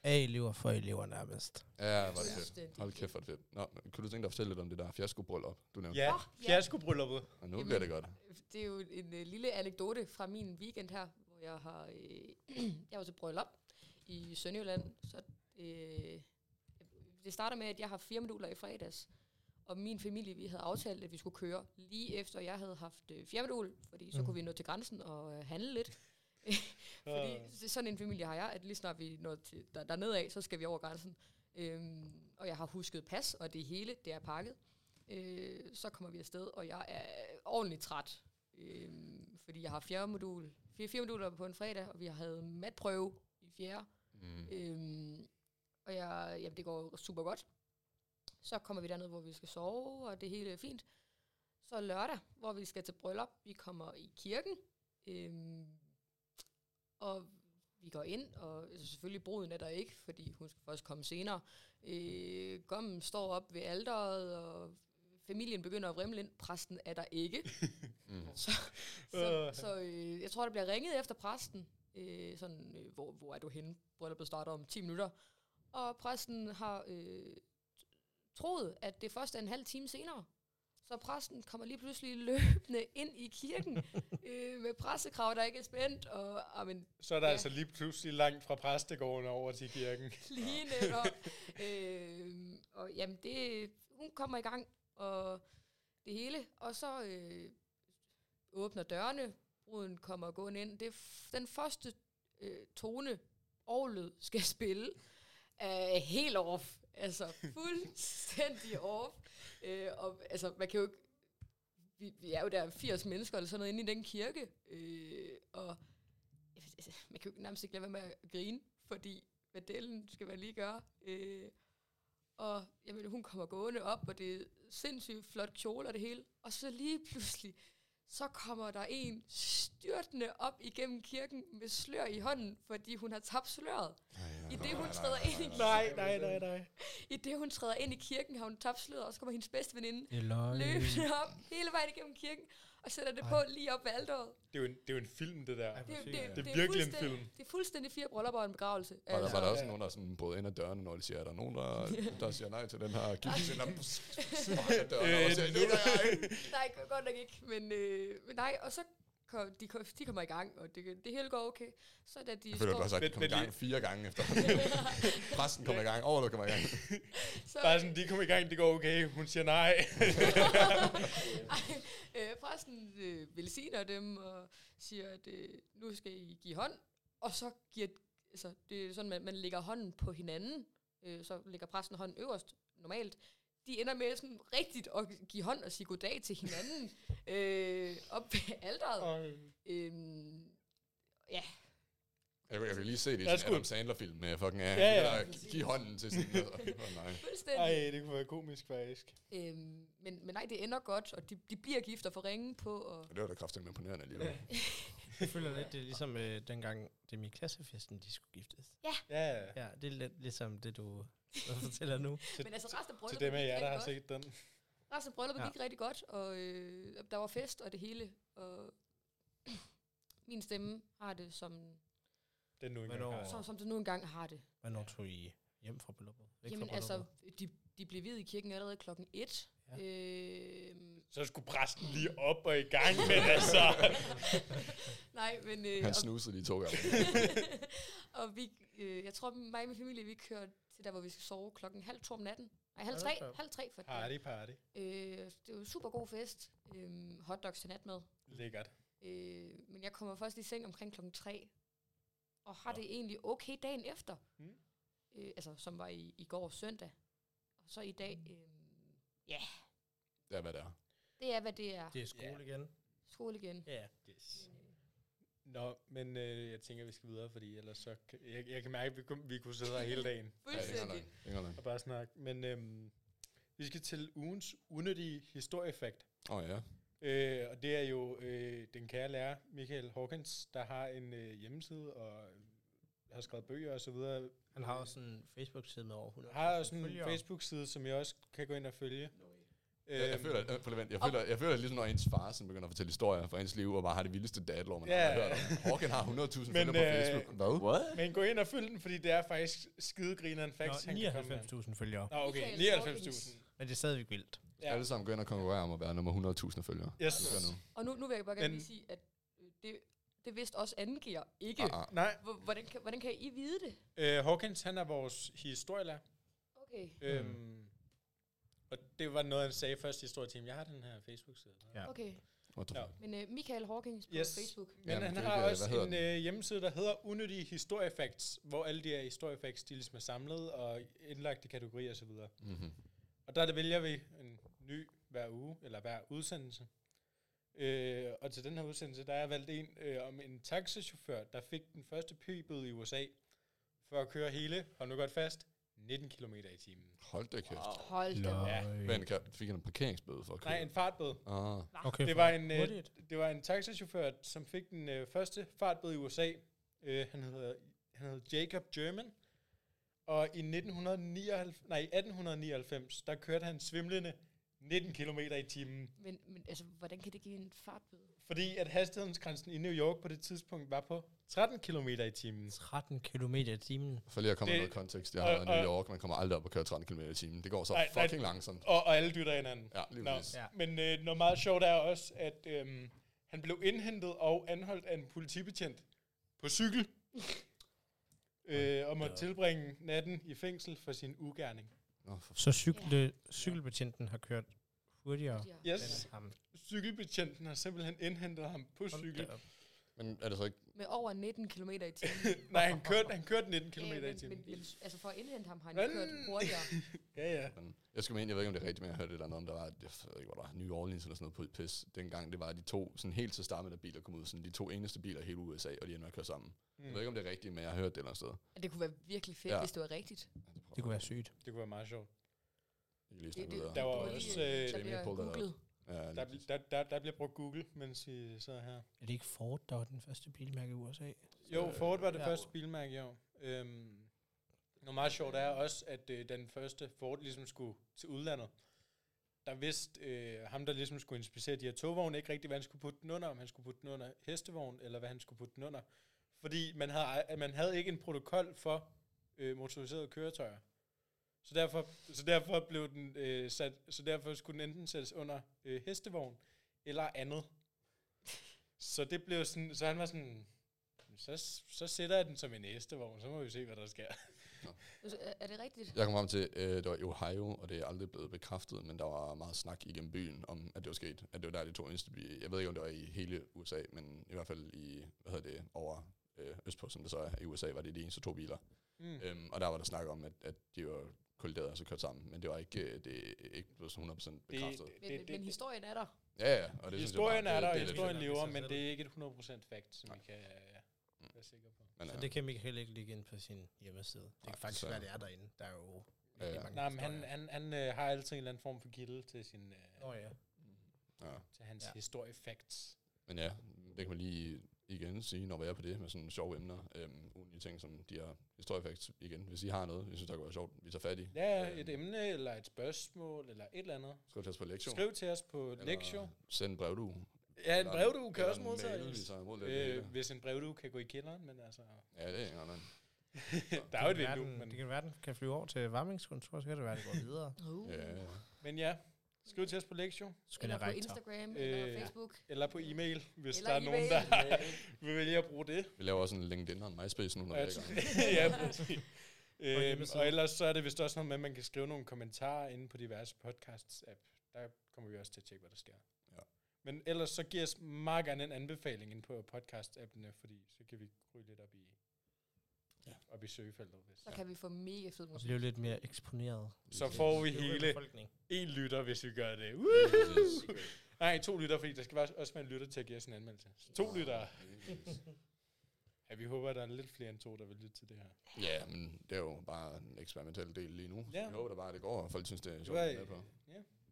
Speaker 4: A elever for elever nærmest.
Speaker 3: Ja, var det fedt.
Speaker 2: Fuldstændig.
Speaker 3: Hold kæft, hvor er det fedt. Nå, men kunne du tænke dig at fortælle lidt om det der fiaskobryllup, du nævnte?
Speaker 1: Ja,
Speaker 2: Åh, ja.
Speaker 1: fiaskobrylluppet.
Speaker 3: Og nu
Speaker 2: Jamen.
Speaker 3: bliver det godt.
Speaker 2: Det er jo en øh, lille anekdote fra min weekend her, hvor jeg har øh, jeg var til bryllup i Sønderjylland. Så øh, det starter med, at jeg har fire moduler i fredags, og min familie vi havde aftalt, at vi skulle køre lige efter, jeg havde haft øh, fjerde modul, fordi så
Speaker 4: Mhm.
Speaker 1: Mm.
Speaker 2: kunne vi nå til grænsen og øh, handle lidt. Fordi
Speaker 1: Øh,
Speaker 2: s- sådan en familie har jeg, at lige snart vi når til, der, dernede af, så skal vi over grænsen. Øhm, og jeg har husket pas, og det hele, det er pakket. Øh, så kommer vi afsted, og jeg er ordentligt træt. Øhm, fordi jeg har fjerde modul, fire, fire moduler på en fredag, og vi har havde matprøve i fjerde.
Speaker 3: Mm.
Speaker 2: Øhm, og jeg, jamen, det går super godt. Så kommer vi derned, hvor vi skal sove, og det hele er fint. Så lørdag, hvor vi skal til bryllup, vi kommer i kirken, øhm, og vi går ind, og altså, selvfølgelig bruden er der ikke, fordi hun skal først komme senere. Øh, gommen står op ved alderet, og familien begynder at vrimle ind, præsten er der ikke.
Speaker 3: Mm.
Speaker 2: Så,
Speaker 1: Øh.
Speaker 2: så øh, jeg tror, der bliver ringet efter præsten. Øh, sådan, øh, hvor, hvor er du henne? Brylluppet starter om 10 minutter. Og præsten har øh, troet, at det først er en halv time senere. Så Så præsten kommer lige pludselig løbende ind i kirken øh, med pressekrav, der ikke er spændt, og amen,
Speaker 1: Så er der ja.
Speaker 2: Ja.
Speaker 1: altså lige pludselig langt fra præstegården over til kirken.
Speaker 2: lige netop. øh, og jamen, det, hun kommer i gang, og det hele. Og så øh, åbner dørene, bruden kommer og går ind. Det er f- den første øh, tone, orlyd skal spille, er helt off. Altså fuldstændig off. Øh, og altså, man kan jo ikke... Vi, vi er jo der 80 mennesker eller sådan noget inde i den kirke, øh, og altså, man kan jo nærmest ikke lade være med at grine, fordi hvad delen skal man lige gøre? Øh, og jamen, hun kommer gående op, og det er sindssygt flot kjole og det hele. Og så lige pludselig, så kommer der en styrtende op igennem kirken med slør i hånden, fordi hun har tabt sløret. I det, hun træder ind i
Speaker 1: nej, nej, nej, nej.
Speaker 2: i det, hun træder ind i kirken, har hun tabt sløret, og så kommer hendes bedste veninde
Speaker 4: Det er løgn.
Speaker 2: løbende op hele vejen igennem kirken, og sætter det på lige op ved alderet.
Speaker 1: Det er jo en, det er jo en film, det der.
Speaker 4: Ej, hvor
Speaker 2: Det,
Speaker 4: sygt.
Speaker 1: Det er virkelig en
Speaker 2: fuldstændig-
Speaker 1: film.
Speaker 2: Det er fuldstændig fire bryllupper og en begravelse. Altså,
Speaker 3: Og der var der også
Speaker 1: Altså, Ja.
Speaker 3: nogen, der sådan både ind ad dørene, når de siger, at der er nogen, der, der siger nej til den her gift. Den der sparker døren,
Speaker 1: Øh,
Speaker 3: og siger, nu er der jeg ind.
Speaker 2: nej, go- godt nok ikke, men, øh, men nej, og så kom, de, kom, de kommer i gang, og det, det hele går okay. Så da de
Speaker 3: Jeg føler, du har sagt,
Speaker 1: Vent,
Speaker 3: kom i
Speaker 1: vent
Speaker 3: gang
Speaker 1: lige.
Speaker 3: fire gange efter. Præsten kommer i gang, overløb kommer i gang.
Speaker 2: så,
Speaker 1: Bare sådan, de kommer i gang, det går okay. Hun siger nej.
Speaker 2: Ej, øh, præsten øh, velsigner dem og siger, at øh, nu skal I give hånd. Og så giver, altså, det er sådan, man, man lægger hånden på hinanden. Øh, så lægger præsten hånden øverst, normalt. De ender med sådan rigtigt at give hånd og sige goddag til hinanden øh, op ved alderet.
Speaker 1: Og
Speaker 2: Øhm,
Speaker 3: Jeg, jeg vil lige se det i
Speaker 1: Der er
Speaker 3: sådan
Speaker 1: sgu-
Speaker 3: en Adam Sandler-film, men jeg fucking er.
Speaker 1: Ja,
Speaker 3: Ja,
Speaker 1: ja.
Speaker 3: ja. Giv hånden til sådan noget. Åh, nej.
Speaker 2: fuldstændig.
Speaker 1: Ej, det kunne være komisk faktisk.
Speaker 2: Øhm, men, men nej, det ender godt, og de, de bliver gift og får ringe på. Og,
Speaker 3: Det var da kraftigt imponerende alligevel.
Speaker 4: Jeg føler lidt, det er ligesom øh, dengang, det er min klassefesten, de skulle giftes.
Speaker 1: Ja,
Speaker 4: Ja, det er lidt ligesom det, du fortæller nu.
Speaker 1: Til-
Speaker 2: men altså resten af
Speaker 1: til
Speaker 2: brylluppet
Speaker 1: dem af
Speaker 2: gik
Speaker 1: jer, der
Speaker 2: rigtig
Speaker 1: har set
Speaker 2: godt.
Speaker 1: den.
Speaker 2: Resten af brylluppet
Speaker 4: Ja.
Speaker 2: ja. gik rigtig godt, og øh, der var fest og det hele. Og min stemme har det, som,
Speaker 1: Den nu engang
Speaker 4: Hvornår?
Speaker 1: har.
Speaker 2: som, som det nu engang har det.
Speaker 4: Hvornår tog I hjem fra bryllupet? Væk
Speaker 2: Jamen
Speaker 4: fra
Speaker 2: altså,
Speaker 4: bryllupet?
Speaker 2: de, de blev videt i kirken allerede klokken 1. Ja.
Speaker 4: Ja.
Speaker 2: Øh,
Speaker 1: Så skulle præsten lige op og i gang med det, altså. så.
Speaker 2: nej, men... Øh,
Speaker 3: Han
Speaker 2: og-
Speaker 3: snusede lige to gange.
Speaker 2: og vi, øh, jeg tror, mig og min familie, vi kører til der, hvor vi skal sove klokken halv to om natten. Nej, halv
Speaker 4: Hold
Speaker 2: tre.
Speaker 4: da op.
Speaker 2: Halv tre for det.
Speaker 1: Party, party.
Speaker 2: Øh, det var en super god fest. Øh, hotdogs til natmad.
Speaker 1: Lækkert.
Speaker 2: Øh, men jeg kommer først i seng omkring klokken 3. Og har det egentlig okay dagen efter.
Speaker 1: Mm.
Speaker 2: Mm. Øh, altså, som var i, i går søndag. Og så i dag, øh,
Speaker 3: Det er, hvad det er.
Speaker 2: det er, hvad det er.
Speaker 4: Det er skole igen.
Speaker 2: Skole igen.
Speaker 4: Ja.
Speaker 1: Yes. Nå, men øh, jeg tænker, vi skal videre, fordi ellers så... kan- Jeg, jeg kan mærke, at vi kunne, vi kunne sidde her hele dagen
Speaker 3: Ja, det er ikke engang.
Speaker 2: Fuldstændig.
Speaker 3: Ikke engang.
Speaker 1: og bare snakke. Men øhm, vi skal til ugens unødige historiefakt.
Speaker 3: Åh oh, ja.
Speaker 1: Øh, og det er jo øh, den kære lærer, Michael Hawkins, der har en øh, hjemmeside og har skrevet bøger og så videre.
Speaker 4: Han har også en Facebook-side med over 100.
Speaker 1: Har også en Facebook-side, som jeg også kan gå ind og følge.
Speaker 3: Jeg, jeg
Speaker 1: Øhm,
Speaker 3: føler, øh, prøv lige at vent. jeg føler, jeg føler ligesom, når ens far sådan begynder at fortælle historier fra ens liv, og bare har det vildeste datlov, man
Speaker 1: Ja.
Speaker 3: har hørt om. Håkan har 100.000
Speaker 1: Men,
Speaker 3: følgere på
Speaker 1: øh,
Speaker 3: Facebook. Hvad?
Speaker 5: What?
Speaker 1: Men gå ind og følg den, fordi det er faktisk skidegrineren facts,
Speaker 4: Nå,
Speaker 1: han kan komme med.
Speaker 4: 99.000 følgere.
Speaker 1: Nå, okay.
Speaker 2: Michael
Speaker 1: 99.000.
Speaker 4: Men det er stadigvæk vildt.
Speaker 1: Ja.
Speaker 3: Alle sammen gå ind og konkurrere om at være nummer 100.000 følgere.
Speaker 1: Yes.
Speaker 3: Det gør nu.
Speaker 2: Og nu, nu vil jeg bare gerne
Speaker 1: Men-
Speaker 2: lige sige, at øh, det, det vidste også angiver ikke.
Speaker 3: Ah, ah.
Speaker 1: Nej,
Speaker 2: Hvor- Hvordan kan, hvordan kan I vide det?
Speaker 1: øh, Hawkins, han er vores historielærer.
Speaker 2: Okay.
Speaker 4: Hmm.
Speaker 1: Øhm, Og det var noget, han sagde først i historietimen. Jeg har den her Facebook-side.
Speaker 4: Ja.
Speaker 2: okay.
Speaker 3: What the
Speaker 1: Nå.
Speaker 3: fuck?
Speaker 2: Men øh, Michael Hawkins på
Speaker 1: Yes.
Speaker 2: yes. Facebook.
Speaker 1: Men
Speaker 3: Jamen,
Speaker 1: han
Speaker 3: det er
Speaker 1: har
Speaker 3: ikke-
Speaker 1: også
Speaker 3: hvad hedder
Speaker 1: en øh, hjemmeside, der hedder Unødige Historiefacts, hvor alle de her historiefacts, de ligesom er samlet og indlagt i kategorier osv.
Speaker 3: Mhm.
Speaker 1: Og der, der vælger vi en ny hver uge, eller hver udsendelse. Øh, og til den her udsendelse, der er jeg valgt en øh, om en taxachauffør, der fik den første p-bøde i USA for at køre hele, hold nu godt fast, 19 km i timen.
Speaker 3: Hold da kæft.
Speaker 5: Wow.
Speaker 2: Hold da.
Speaker 1: Ja.
Speaker 4: Ah.
Speaker 3: Men kan- fik han en parkeringsbøde for at køre?
Speaker 1: Nej, en fartbøde.
Speaker 3: Ah,
Speaker 4: Okay,
Speaker 1: Det var en, øh,
Speaker 4: Hurtigt.
Speaker 1: det var en taxachauffør, som fik den øh, første fartbøde i USA. Øh, han, hedder, han hedder Jacob German. Og i, 1999, nej, i 1899, der kørte han svimlende 19 km i timen.
Speaker 2: Men, men altså, hvordan kan det give en fartbøde?
Speaker 1: Fordi at hastighedsgrænsen i New York på det tidspunkt var på 13 km i timen.
Speaker 4: 13 km i timen.
Speaker 3: For lige at komme i
Speaker 1: Det-
Speaker 3: noget kontekst, jeg har
Speaker 1: og-
Speaker 3: været i New
Speaker 1: og-
Speaker 3: York, man kommer aldrig op og kører 13 km i timen. Det går så
Speaker 1: Nej, nej.
Speaker 3: fucking langsomt.
Speaker 1: Og, og alle dytter hinanden.
Speaker 3: Ja, lige
Speaker 1: Nå,
Speaker 3: præcis.
Speaker 4: Ja.
Speaker 1: Men øh, noget meget sjovt er også, at øhm, han blev indhentet og anholdt af en politibetjent på cykel. øh, og måtte
Speaker 4: Ja.
Speaker 1: tilbringe natten i fængsel for sin ugerning.
Speaker 3: Nå, for
Speaker 4: Så cykle, cykelbetjenten har kørt hurtigere
Speaker 2: Ja.
Speaker 1: Yes,
Speaker 4: end ham.
Speaker 1: cykelbetjenten har simpelthen indhentet ham på
Speaker 4: Hold
Speaker 1: cykel.
Speaker 4: da op.
Speaker 3: Men er det så ikke...
Speaker 2: Med over 19 km i timen.
Speaker 1: Nej, han kørte, han kørte 19 km
Speaker 2: Ja,
Speaker 1: i
Speaker 2: men,
Speaker 1: timen.
Speaker 2: men, men, altså for at indhente ham har han
Speaker 1: Men-
Speaker 2: jo kørt hurtigere.
Speaker 1: Ja, ja.
Speaker 3: Men jeg skulle mene, jeg ved ikke, om det er rigtigt, men jeg hørte et eller andet om, der var, jeg ved ikke, hvor der var New Orleans eller sådan noget på et pis. Dengang det var de to, sådan helt til starten, der biler kom ud, sådan de to eneste biler i hele USA, og de endte med at køre sammen. Mm. Jeg ved ikke, om det er rigtigt, men jeg har hørt det et eller andet sted.
Speaker 2: Og Det kunne være virkelig fedt,
Speaker 3: Ja.
Speaker 2: ja. hvis det var rigtigt.
Speaker 4: Det kunne være sygt.
Speaker 1: Det kunne være meget sjovt.
Speaker 3: Jeg kan lige snakke
Speaker 2: Det- det-
Speaker 3: videre.
Speaker 1: der var
Speaker 2: Det var
Speaker 1: også,
Speaker 2: lige-
Speaker 1: øh,
Speaker 2: der
Speaker 3: Jamie
Speaker 2: bliver
Speaker 3: pulled that up.
Speaker 2: googlet.
Speaker 3: Ja, lige
Speaker 1: Der,
Speaker 3: præcis.
Speaker 1: bl- der, der, der bliver brugt Google, mens vi sidder her.
Speaker 4: Er det ikke Ford, der var den første bilmærke i USA?
Speaker 1: Jo,
Speaker 3: Øh,
Speaker 1: Ford var det
Speaker 4: ja.
Speaker 1: første bilmærke i år. Øhm, noget meget sjovt er også, at øh, da den første Ford ligesom skulle til udlandet, der vidste øh, ham, der ligesom skulle inspicere de her togvogne, ikke rigtig, hvad han skulle putte den under, om han skulle putte den under hestevogn, eller hvad han skulle putte den under. Fordi man havde, ej- at man havde ikke en protokol for øh, motoriserede køretøjer. Så derfor, så derfor blev den øh, sat, så derfor skulle den enten sættes under øh, hestevogn, eller andet. Så det blev sådan, så han var sådan, så, så sætter jeg den som en hestevogn, så må vi se, hvad der sker.
Speaker 2: Altså, Er er det rigtigt?
Speaker 3: Jeg kom frem til, øh, det var i Ohio, og det er aldrig blevet bekræftet, men der var meget snak igennem byen om, at det var sket. At det var der, de to eneste by. Jeg ved ikke, om det var i hele USA, men i hvert fald i, hvad hedder det, over øh, østpå, som det så er i USA, var det de eneste to biler.
Speaker 1: Mm.
Speaker 3: Mm. Øhm, og der var der snak om, at, at de var kollideret og så kørt sammen, men det var ikke, øh, det er ikke blevet sådan 100% bekræftet. Det,
Speaker 2: Men,
Speaker 1: Det-
Speaker 2: men,
Speaker 1: det-
Speaker 2: men historien er der.
Speaker 3: ja, ja, og det synes jeg bare,
Speaker 1: historien er
Speaker 3: det-
Speaker 1: der, og
Speaker 3: det lidt
Speaker 1: historien
Speaker 4: fedt.
Speaker 1: lever,
Speaker 4: Det er
Speaker 1: men
Speaker 4: fedt.
Speaker 1: det er ikke et 100% fact, som
Speaker 3: Nej. Mm.
Speaker 1: vi kan øh, være sikre på.
Speaker 3: fedt. Men,
Speaker 4: Så
Speaker 3: ja.
Speaker 4: det kan Michael ikke ligge ind på sin hjemmeside. Det
Speaker 3: Nej,
Speaker 4: kan faktisk
Speaker 3: så-
Speaker 4: være, det er derinde. Der er jo
Speaker 3: Ja, ja.
Speaker 4: rigtig mange
Speaker 1: Nej, men han,
Speaker 4: historier.
Speaker 1: han, han øh, har altid en eller anden form for gilde til, sin, øh,
Speaker 4: Nå ja.
Speaker 3: ja.
Speaker 1: til hans
Speaker 4: Ja.
Speaker 1: historiefacts.
Speaker 3: Men ja, det kan man lige igen sige, når vi er på det med sådan sjove emner. Øhm, ugen i ting som de her historiefacts igen. Hvis I har noget, I synes, der kunne være sjovt, vi tager fat i.
Speaker 1: Ja,
Speaker 3: Øhm.
Speaker 1: et emne, eller et spørgsmål, eller et eller andet.
Speaker 3: Skriv til os på lektion.
Speaker 1: Skriv til os på
Speaker 3: eller
Speaker 1: lektio.
Speaker 3: Send en brev, du.
Speaker 1: Ja, en brevdue kan også modtages.
Speaker 3: Vi tager imod det.
Speaker 1: Øh,
Speaker 3: Øh,
Speaker 1: hvis en brevdue kan gå i kælderen, men altså...
Speaker 3: ja, det er ikke andet.
Speaker 1: der er jo et
Speaker 4: Det kan
Speaker 1: vindue,
Speaker 4: være, den- Det
Speaker 1: men,
Speaker 4: kan være, den kan flyve over til varmingskontoret, så kan det være, det går videre.
Speaker 2: Uh.
Speaker 3: Ja, ja.
Speaker 1: men ja. Skriv til os på lektio,
Speaker 2: Eller
Speaker 4: Skønne
Speaker 2: på
Speaker 4: rektor.
Speaker 2: Instagram,
Speaker 1: Øh,
Speaker 2: eller
Speaker 1: ja.
Speaker 2: Facebook.
Speaker 1: eller på e-mail, hvis
Speaker 2: Eller
Speaker 1: der er nogen,
Speaker 2: e-mail.
Speaker 1: der vil vælge at bruge det.
Speaker 3: Vi laver også en LinkedIn og en MySpace nu, når
Speaker 1: Og
Speaker 3: vi
Speaker 1: jeg
Speaker 3: er i gang.
Speaker 1: tror- ja, præcis. øhm,
Speaker 4: hjemmesiden.
Speaker 1: og ellers så er det vist også noget med, at man kan skrive nogle kommentarer inde på diverse podcasts-app. Der kommer vi også til at tjekke, hvad der sker.
Speaker 3: Ja.
Speaker 1: Men ellers så giver os meget gerne en anbefaling inde på podcast-appene, fordi så kan vi ryge lidt op i,
Speaker 3: Ja.
Speaker 1: ja. op i søgefeltet. Hvis.
Speaker 2: Så kan vi få mega fed
Speaker 4: Og
Speaker 2: musik.
Speaker 4: blev lidt mere eksponeret.
Speaker 1: Så får vi
Speaker 4: Øvrige
Speaker 1: hele
Speaker 4: befolkning.
Speaker 1: en lytter, hvis vi gør det. Uh. Woo!
Speaker 3: Yes.
Speaker 1: Nej, to lytter, fordi der skal også også være en lytter til at give os en anmeldelse. Så
Speaker 3: Ah.
Speaker 1: to lyttere. Ja, vi håber, at der er lidt flere end to, der vil lytte til det her.
Speaker 3: Ja, men det er jo bare en eksperimentel del lige nu. Ja.
Speaker 1: Ja.
Speaker 3: Jeg håber da bare, at det går, og folk synes, det er sjovt.
Speaker 1: var-
Speaker 3: at være med på.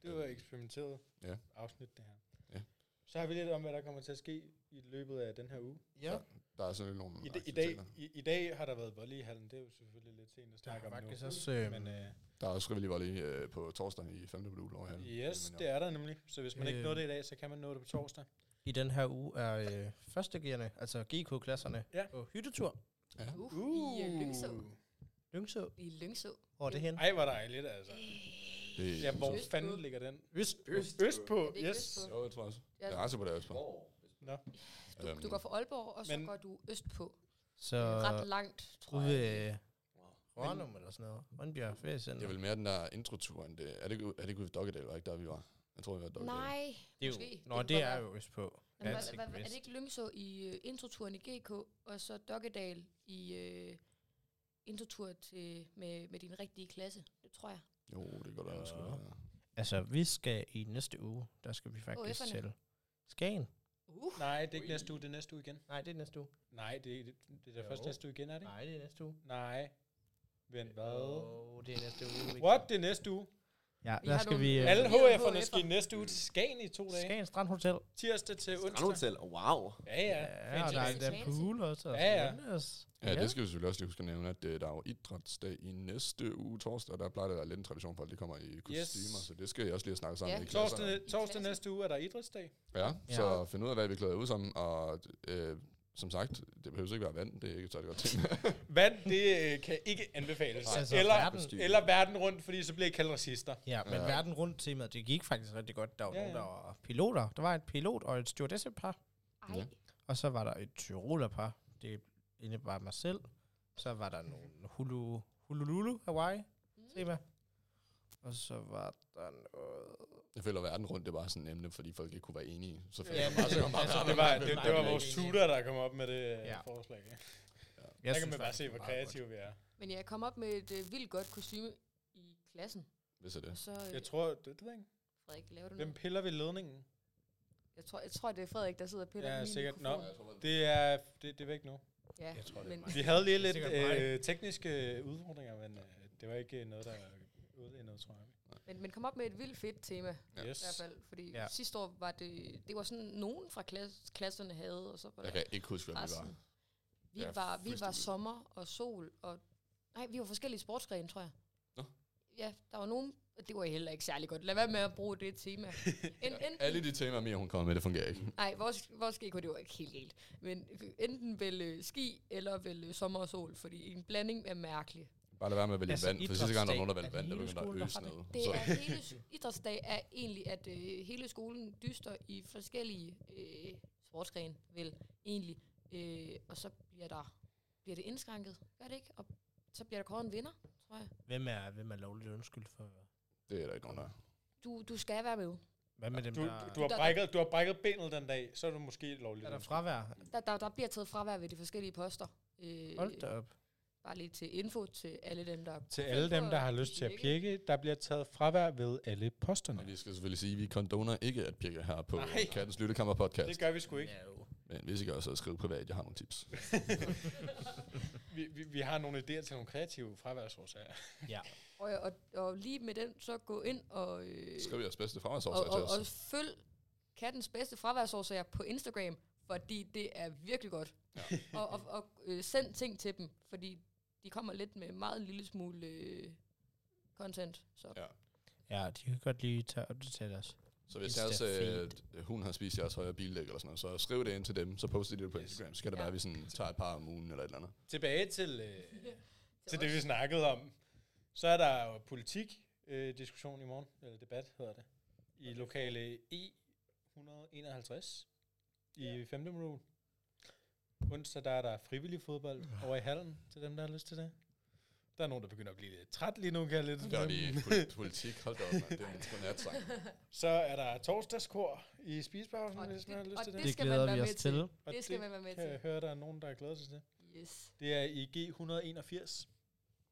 Speaker 1: Det var eksperimenteret
Speaker 3: Ja.
Speaker 1: afsnit, det her.
Speaker 3: Ja.
Speaker 1: Så har vi lidt om, hvad der kommer til at ske i løbet af den her uge.
Speaker 4: Ja,
Speaker 3: Der er sådan nogle
Speaker 1: I, da, i, dag,
Speaker 3: Mm, aktiviteter.
Speaker 1: i, I dag har der været volley i hallen. Det er jo selvfølgelig lidt sent at
Speaker 4: der
Speaker 1: snakke
Speaker 4: er
Speaker 1: om nu.
Speaker 4: faktisk også... Øh,
Speaker 1: Men øh,
Speaker 3: Der er også frivillig volley øh, på torsdag i 5. modul over her.
Speaker 1: yes, det er der nemlig. Så hvis man ikke
Speaker 4: Øh.
Speaker 1: nåede det i dag, så kan man nå det på torsdag.
Speaker 4: I den her uge er øh, førstegeerne, altså GK-klasserne,
Speaker 1: Ja.
Speaker 4: på hyttetur.
Speaker 3: Ja.
Speaker 2: Uh, I øh, Lyngså.
Speaker 4: Lyngså.
Speaker 2: I Lyngså.
Speaker 4: Hvor er det hen?
Speaker 1: Ej, hvor dejligt altså.
Speaker 3: Det er
Speaker 1: Ja, hvor
Speaker 2: Østpå.
Speaker 1: fanden ligger den?
Speaker 4: Øst.
Speaker 5: Øst.
Speaker 2: Er
Speaker 1: Østpå,
Speaker 2: det ikke
Speaker 1: yes.
Speaker 2: Østpå?
Speaker 3: Jo, jeg tror også.
Speaker 2: Ja,
Speaker 3: Jeg er ret sikker på Øhm, det også på.
Speaker 5: Hvor?
Speaker 2: du, du går fra Aalborg, og så
Speaker 1: Men-
Speaker 2: går du østpå.
Speaker 4: Så
Speaker 2: Det er Ret langt, tror
Speaker 4: ude
Speaker 2: jeg.
Speaker 4: ved
Speaker 5: Wow.
Speaker 4: Rønum eller sådan noget. Rønbjerg
Speaker 3: Det er
Speaker 4: Feriecenter.
Speaker 3: vel mere den der introtur, end det. Er det, ikke ude- er det ikke ude ved Dokkedal, var ikke der, vi var? Jeg tror, vi var i Dokkedal.
Speaker 2: Nej,
Speaker 4: Det er
Speaker 2: måske.
Speaker 4: jo, nå,
Speaker 2: Det kunne
Speaker 4: det
Speaker 2: godt
Speaker 4: er
Speaker 2: være.
Speaker 4: jo øst på.
Speaker 2: Men
Speaker 4: Ja,
Speaker 2: hvad,
Speaker 4: det er
Speaker 2: hvad,
Speaker 4: vist.
Speaker 2: er det ikke Lyngså i øh, introturen i GK, og så Dokkedal i øh, introtur til, med, med din rigtige klasse? Det tror jeg.
Speaker 3: Jo, det går da også.
Speaker 4: Ja.
Speaker 3: Ja.
Speaker 4: Altså, vi skal i næste uge, der skal vi faktisk
Speaker 2: HF'erne.
Speaker 4: til Skagen.
Speaker 2: Uh,
Speaker 1: Nej, det er ikke næste uge, det er næste uge igen.
Speaker 4: Nej, det er næste uge.
Speaker 1: Nej, det er, det, det er da
Speaker 4: Jo.
Speaker 1: først næste uge igen, er det ikke?
Speaker 4: Nej, det er næste uge.
Speaker 1: Nej. Vent, hvad?
Speaker 4: Jo, det er næste uge.
Speaker 1: What? Det er næste uge.
Speaker 4: Ja,
Speaker 2: Vi
Speaker 4: der
Speaker 2: har
Speaker 4: skal
Speaker 2: nogle-
Speaker 4: vi... Øh,
Speaker 1: Alle
Speaker 2: Vi er
Speaker 1: HF'erne
Speaker 2: HF'er.
Speaker 1: skal i næste uge til Skagen i to dage.
Speaker 4: Skagen Strandhotel.
Speaker 1: Tirsdag til onsdag.
Speaker 5: Strandhotel, wow.
Speaker 1: Ja, ja.
Speaker 4: ja og der er
Speaker 2: fancy,
Speaker 4: der
Speaker 2: fancy.
Speaker 4: pool også. Og
Speaker 1: Ja, ja.
Speaker 4: sådan ellers.
Speaker 3: Ja, det skal vi selvfølgelig også lige huske at nævne, at øh, der er jo idrætsdag i næste uge torsdag, og der plejer det at være lidt en tradition for, at de kommer i kostymer, så det skal jeg også lige snakke sammen
Speaker 2: Ja.
Speaker 3: med i klasserne.
Speaker 1: Torsdag, torsdag næste uge er der idrætsdag.
Speaker 3: Ja,
Speaker 4: Ja.
Speaker 3: så find ud af, hvad vi klæder ud som, og øh, som sagt, det behøver ikke være vand, det er ikke et særlig godt ting.
Speaker 1: Vand, det øh, kan ikke anbefales.
Speaker 4: Nej, altså,
Speaker 1: eller,
Speaker 4: verden-
Speaker 1: eller verden rundt, fordi så bliver I kaldt racister.
Speaker 4: Ja, men
Speaker 3: Ja.
Speaker 4: ja. verden rundt temaet, det gik faktisk rigtig godt. Der var
Speaker 1: Ja,
Speaker 4: ja, nogen,
Speaker 1: ja.
Speaker 4: der var piloter. Der var et pilot og et stewardessepar.
Speaker 2: Ej,
Speaker 3: Ja.
Speaker 4: Og så var der et tyrolerpar. Det indebar mig selv. Så var der nogle Hulu, Hulululu Hawaii
Speaker 2: Mm.
Speaker 4: tema. Og så var der noget...
Speaker 3: jeg føler, at verden rundt, det var sådan et emne, fordi folk ikke kunne være enige. Så føler
Speaker 4: Ja,
Speaker 3: jeg
Speaker 4: men
Speaker 3: bare,
Speaker 4: det-
Speaker 3: så kommer
Speaker 4: altså,
Speaker 3: verden
Speaker 1: Det var,
Speaker 3: rundt.
Speaker 1: det, det var vores tutor, der kom op med det øh,
Speaker 4: Ja.
Speaker 1: forslag. Ja.
Speaker 4: Jeg
Speaker 1: Der kan man
Speaker 4: synes
Speaker 1: bare
Speaker 4: faktisk,
Speaker 1: se,
Speaker 4: det var
Speaker 1: hvor
Speaker 4: meget godt.
Speaker 1: kreative vi er.
Speaker 2: Men jeg kom op med et øh, vildt godt kostume i klassen.
Speaker 3: Hvis er
Speaker 2: Og
Speaker 3: det.
Speaker 2: så øh,
Speaker 1: Jeg tror, det, det ved jeg ikke.
Speaker 2: Frederik, laver du
Speaker 1: Hvem
Speaker 2: noget?
Speaker 1: piller ved ledningen?
Speaker 2: Jeg tror, jeg tror, det er Frederik, der sidder og piller
Speaker 1: Ja,
Speaker 2: ved min
Speaker 1: sikkert. Nå.
Speaker 2: mikrofon.
Speaker 1: Det er, det, det er væk nu.
Speaker 2: Ja,
Speaker 4: Jeg tror, det er
Speaker 2: men
Speaker 4: mig.
Speaker 1: Vi havde lige lidt
Speaker 4: Det er sikkert mig.
Speaker 1: øh, tekniske udfordringer, men øh, det var ikke noget, der ødelagde noget, tror jeg.
Speaker 2: Men, men kom op med et vildt fedt tema,
Speaker 3: Ja.
Speaker 2: i
Speaker 1: Yes.
Speaker 2: hvert fald. Fordi ja.
Speaker 4: Ja.
Speaker 2: sidste år var det, det var sådan, nogen fra klass, klasserne havde, og så var
Speaker 3: Jeg
Speaker 2: der
Speaker 3: kan ikke huske, hvad vi var.
Speaker 2: resten. Vi
Speaker 3: Ja,
Speaker 2: var, vi var
Speaker 3: fuldstændig.
Speaker 2: sommer og sol, og nej, vi var forskellige sportsgrene, tror jeg.
Speaker 3: Nå.
Speaker 2: Ja, der var nogen, og det var heller ikke særlig godt. Lad være med at bruge det tema. En, en,
Speaker 3: Alle de temaer, Mia, hun kommer med, det fungerer ikke.
Speaker 2: Nej, vores, vores GK, det var ikke helt helt. Men enten vælge ski, eller vælge sommer og sol, fordi en blanding er mærkelig.
Speaker 3: Bare lad være med at vælge
Speaker 4: Altså,
Speaker 3: vand, for sidste gang, der var nogen, der valgte
Speaker 4: idrætsdag
Speaker 3: vand, der
Speaker 4: er
Speaker 3: begyndte
Speaker 4: hele
Speaker 3: at øse
Speaker 4: skolen, der
Speaker 3: noget.
Speaker 2: Det
Speaker 3: Så
Speaker 2: er hele, s- idrætsdag er egentlig, at øh, hele skolen dyster i forskellige øh, sportsgrene, vel egentlig. Øh, og så bliver der bliver det indskrænket, gør det ikke? Og så bliver der kåret en vinder, tror jeg.
Speaker 4: Hvem er, hvem er lovligt undskyld for...
Speaker 3: det er der ikke nogen, der er.
Speaker 2: Du, du skal være med.
Speaker 4: Hvad med dem,
Speaker 1: Du,
Speaker 4: der...
Speaker 1: du, har
Speaker 2: Der-
Speaker 1: brækket, du har brækket benet den dag, så er du måske lovlig.
Speaker 4: er der fravær?
Speaker 2: Der, der, der bliver taget fravær ved de forskellige poster. Øh,
Speaker 4: Hold da op.
Speaker 2: bare lige til info til alle dem, der...
Speaker 1: Til alle dem, der har lyst til at pjekke, der bliver taget fravær ved alle posterne.
Speaker 3: Og vi skal selvfølgelig sige, at vi kondoner ikke at pirke her på
Speaker 1: Nej.
Speaker 3: Kattens Lyttekammer podcast.
Speaker 1: Det gør vi sgu ikke.
Speaker 4: Ja, jo.
Speaker 3: Men hvis I gør, så skriv privat, jeg har nogle tips.
Speaker 1: Vi, vi, vi har nogle idéer til nogle kreative fraværsårsager.
Speaker 4: ja.
Speaker 2: Og, og, og lige med den, så gå ind og... Øh,
Speaker 3: Skriv jeres bedste
Speaker 2: og,
Speaker 3: fraværsårsager til
Speaker 2: og,
Speaker 3: os.
Speaker 2: og følg kattens bedste fraværsårsager på Instagram, fordi det er virkelig godt. Ja. og og, og øh, send ting til dem, fordi de kommer lidt med meget lille smule øh, content. Så.
Speaker 3: Ja.
Speaker 2: Ja.
Speaker 4: ja, de kan godt lige tage opdatere os.
Speaker 3: Så hvis
Speaker 4: Insta
Speaker 3: jeres øh,
Speaker 4: feed.
Speaker 3: d- hund har spist jeres højre bildæk eller sådan noget, så skriv det ind til dem, så poster de det på Instagram. Så kan det
Speaker 2: Ja.
Speaker 3: være, at vi sådan, tager et par om ugen eller et eller andet.
Speaker 1: Tilbage til, øh, til det,
Speaker 2: os.
Speaker 1: vi snakkede om. Så er der jo politik øh, diskussion i morgen, eller debat hedder det, i lokale E151 i ja. 5. rule. Onsdag der er der frivillig fodbold over i hallen til dem, der har lyst til det. Der er nogen, der begynder at blive lidt træt lige nu, kan jeg lidt
Speaker 3: Det er
Speaker 1: fornemme.
Speaker 3: lige poli- politik. Hold da op, mand. Det er en godnatsang.
Speaker 1: Så er der torsdagskor i spisepausen,
Speaker 2: Og
Speaker 1: hvis man har
Speaker 2: det-
Speaker 1: lyst
Speaker 2: og
Speaker 1: til det.
Speaker 2: det
Speaker 4: Det
Speaker 2: skal man
Speaker 4: glæder
Speaker 2: være
Speaker 4: vi
Speaker 2: med
Speaker 4: os
Speaker 2: til.
Speaker 4: til.
Speaker 1: Og
Speaker 2: Det skal man være med
Speaker 1: kan
Speaker 2: til.
Speaker 1: jeg høre, der er nogen, der glæder sig til.
Speaker 2: Yes.
Speaker 1: Det er i G181,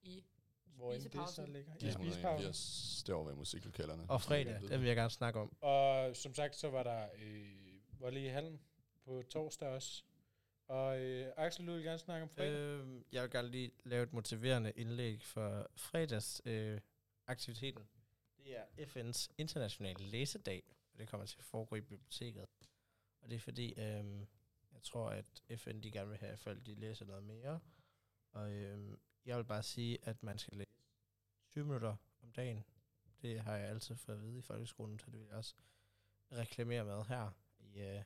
Speaker 2: I
Speaker 1: hvor end det så
Speaker 2: Spisepausen.
Speaker 1: ligger. I
Speaker 3: Ja,
Speaker 1: spisepausen.
Speaker 3: 181. Det er over ved musiklokalerne.
Speaker 4: Og fredag, det vil jeg gerne snakke om.
Speaker 1: Og som sagt, så var der øh, volley i hallen på torsdag også. Og øh, Axel, du vil gerne snakke om fredag. Øh,
Speaker 4: Øh, jeg vil gerne lige lave et motiverende indlæg for fredags øh, aktiviteten. Det er FN's internationale læsedag, og det kommer til at foregå i biblioteket. Og det er fordi, øh, jeg tror, at FN de gerne vil have, at folk de læser noget mere. Og øh, jeg vil bare sige, at man skal læse 20 minutter om dagen. Det har jeg altid fået at vide i folkeskolen, så det vil jeg også reklamere med her i, øh,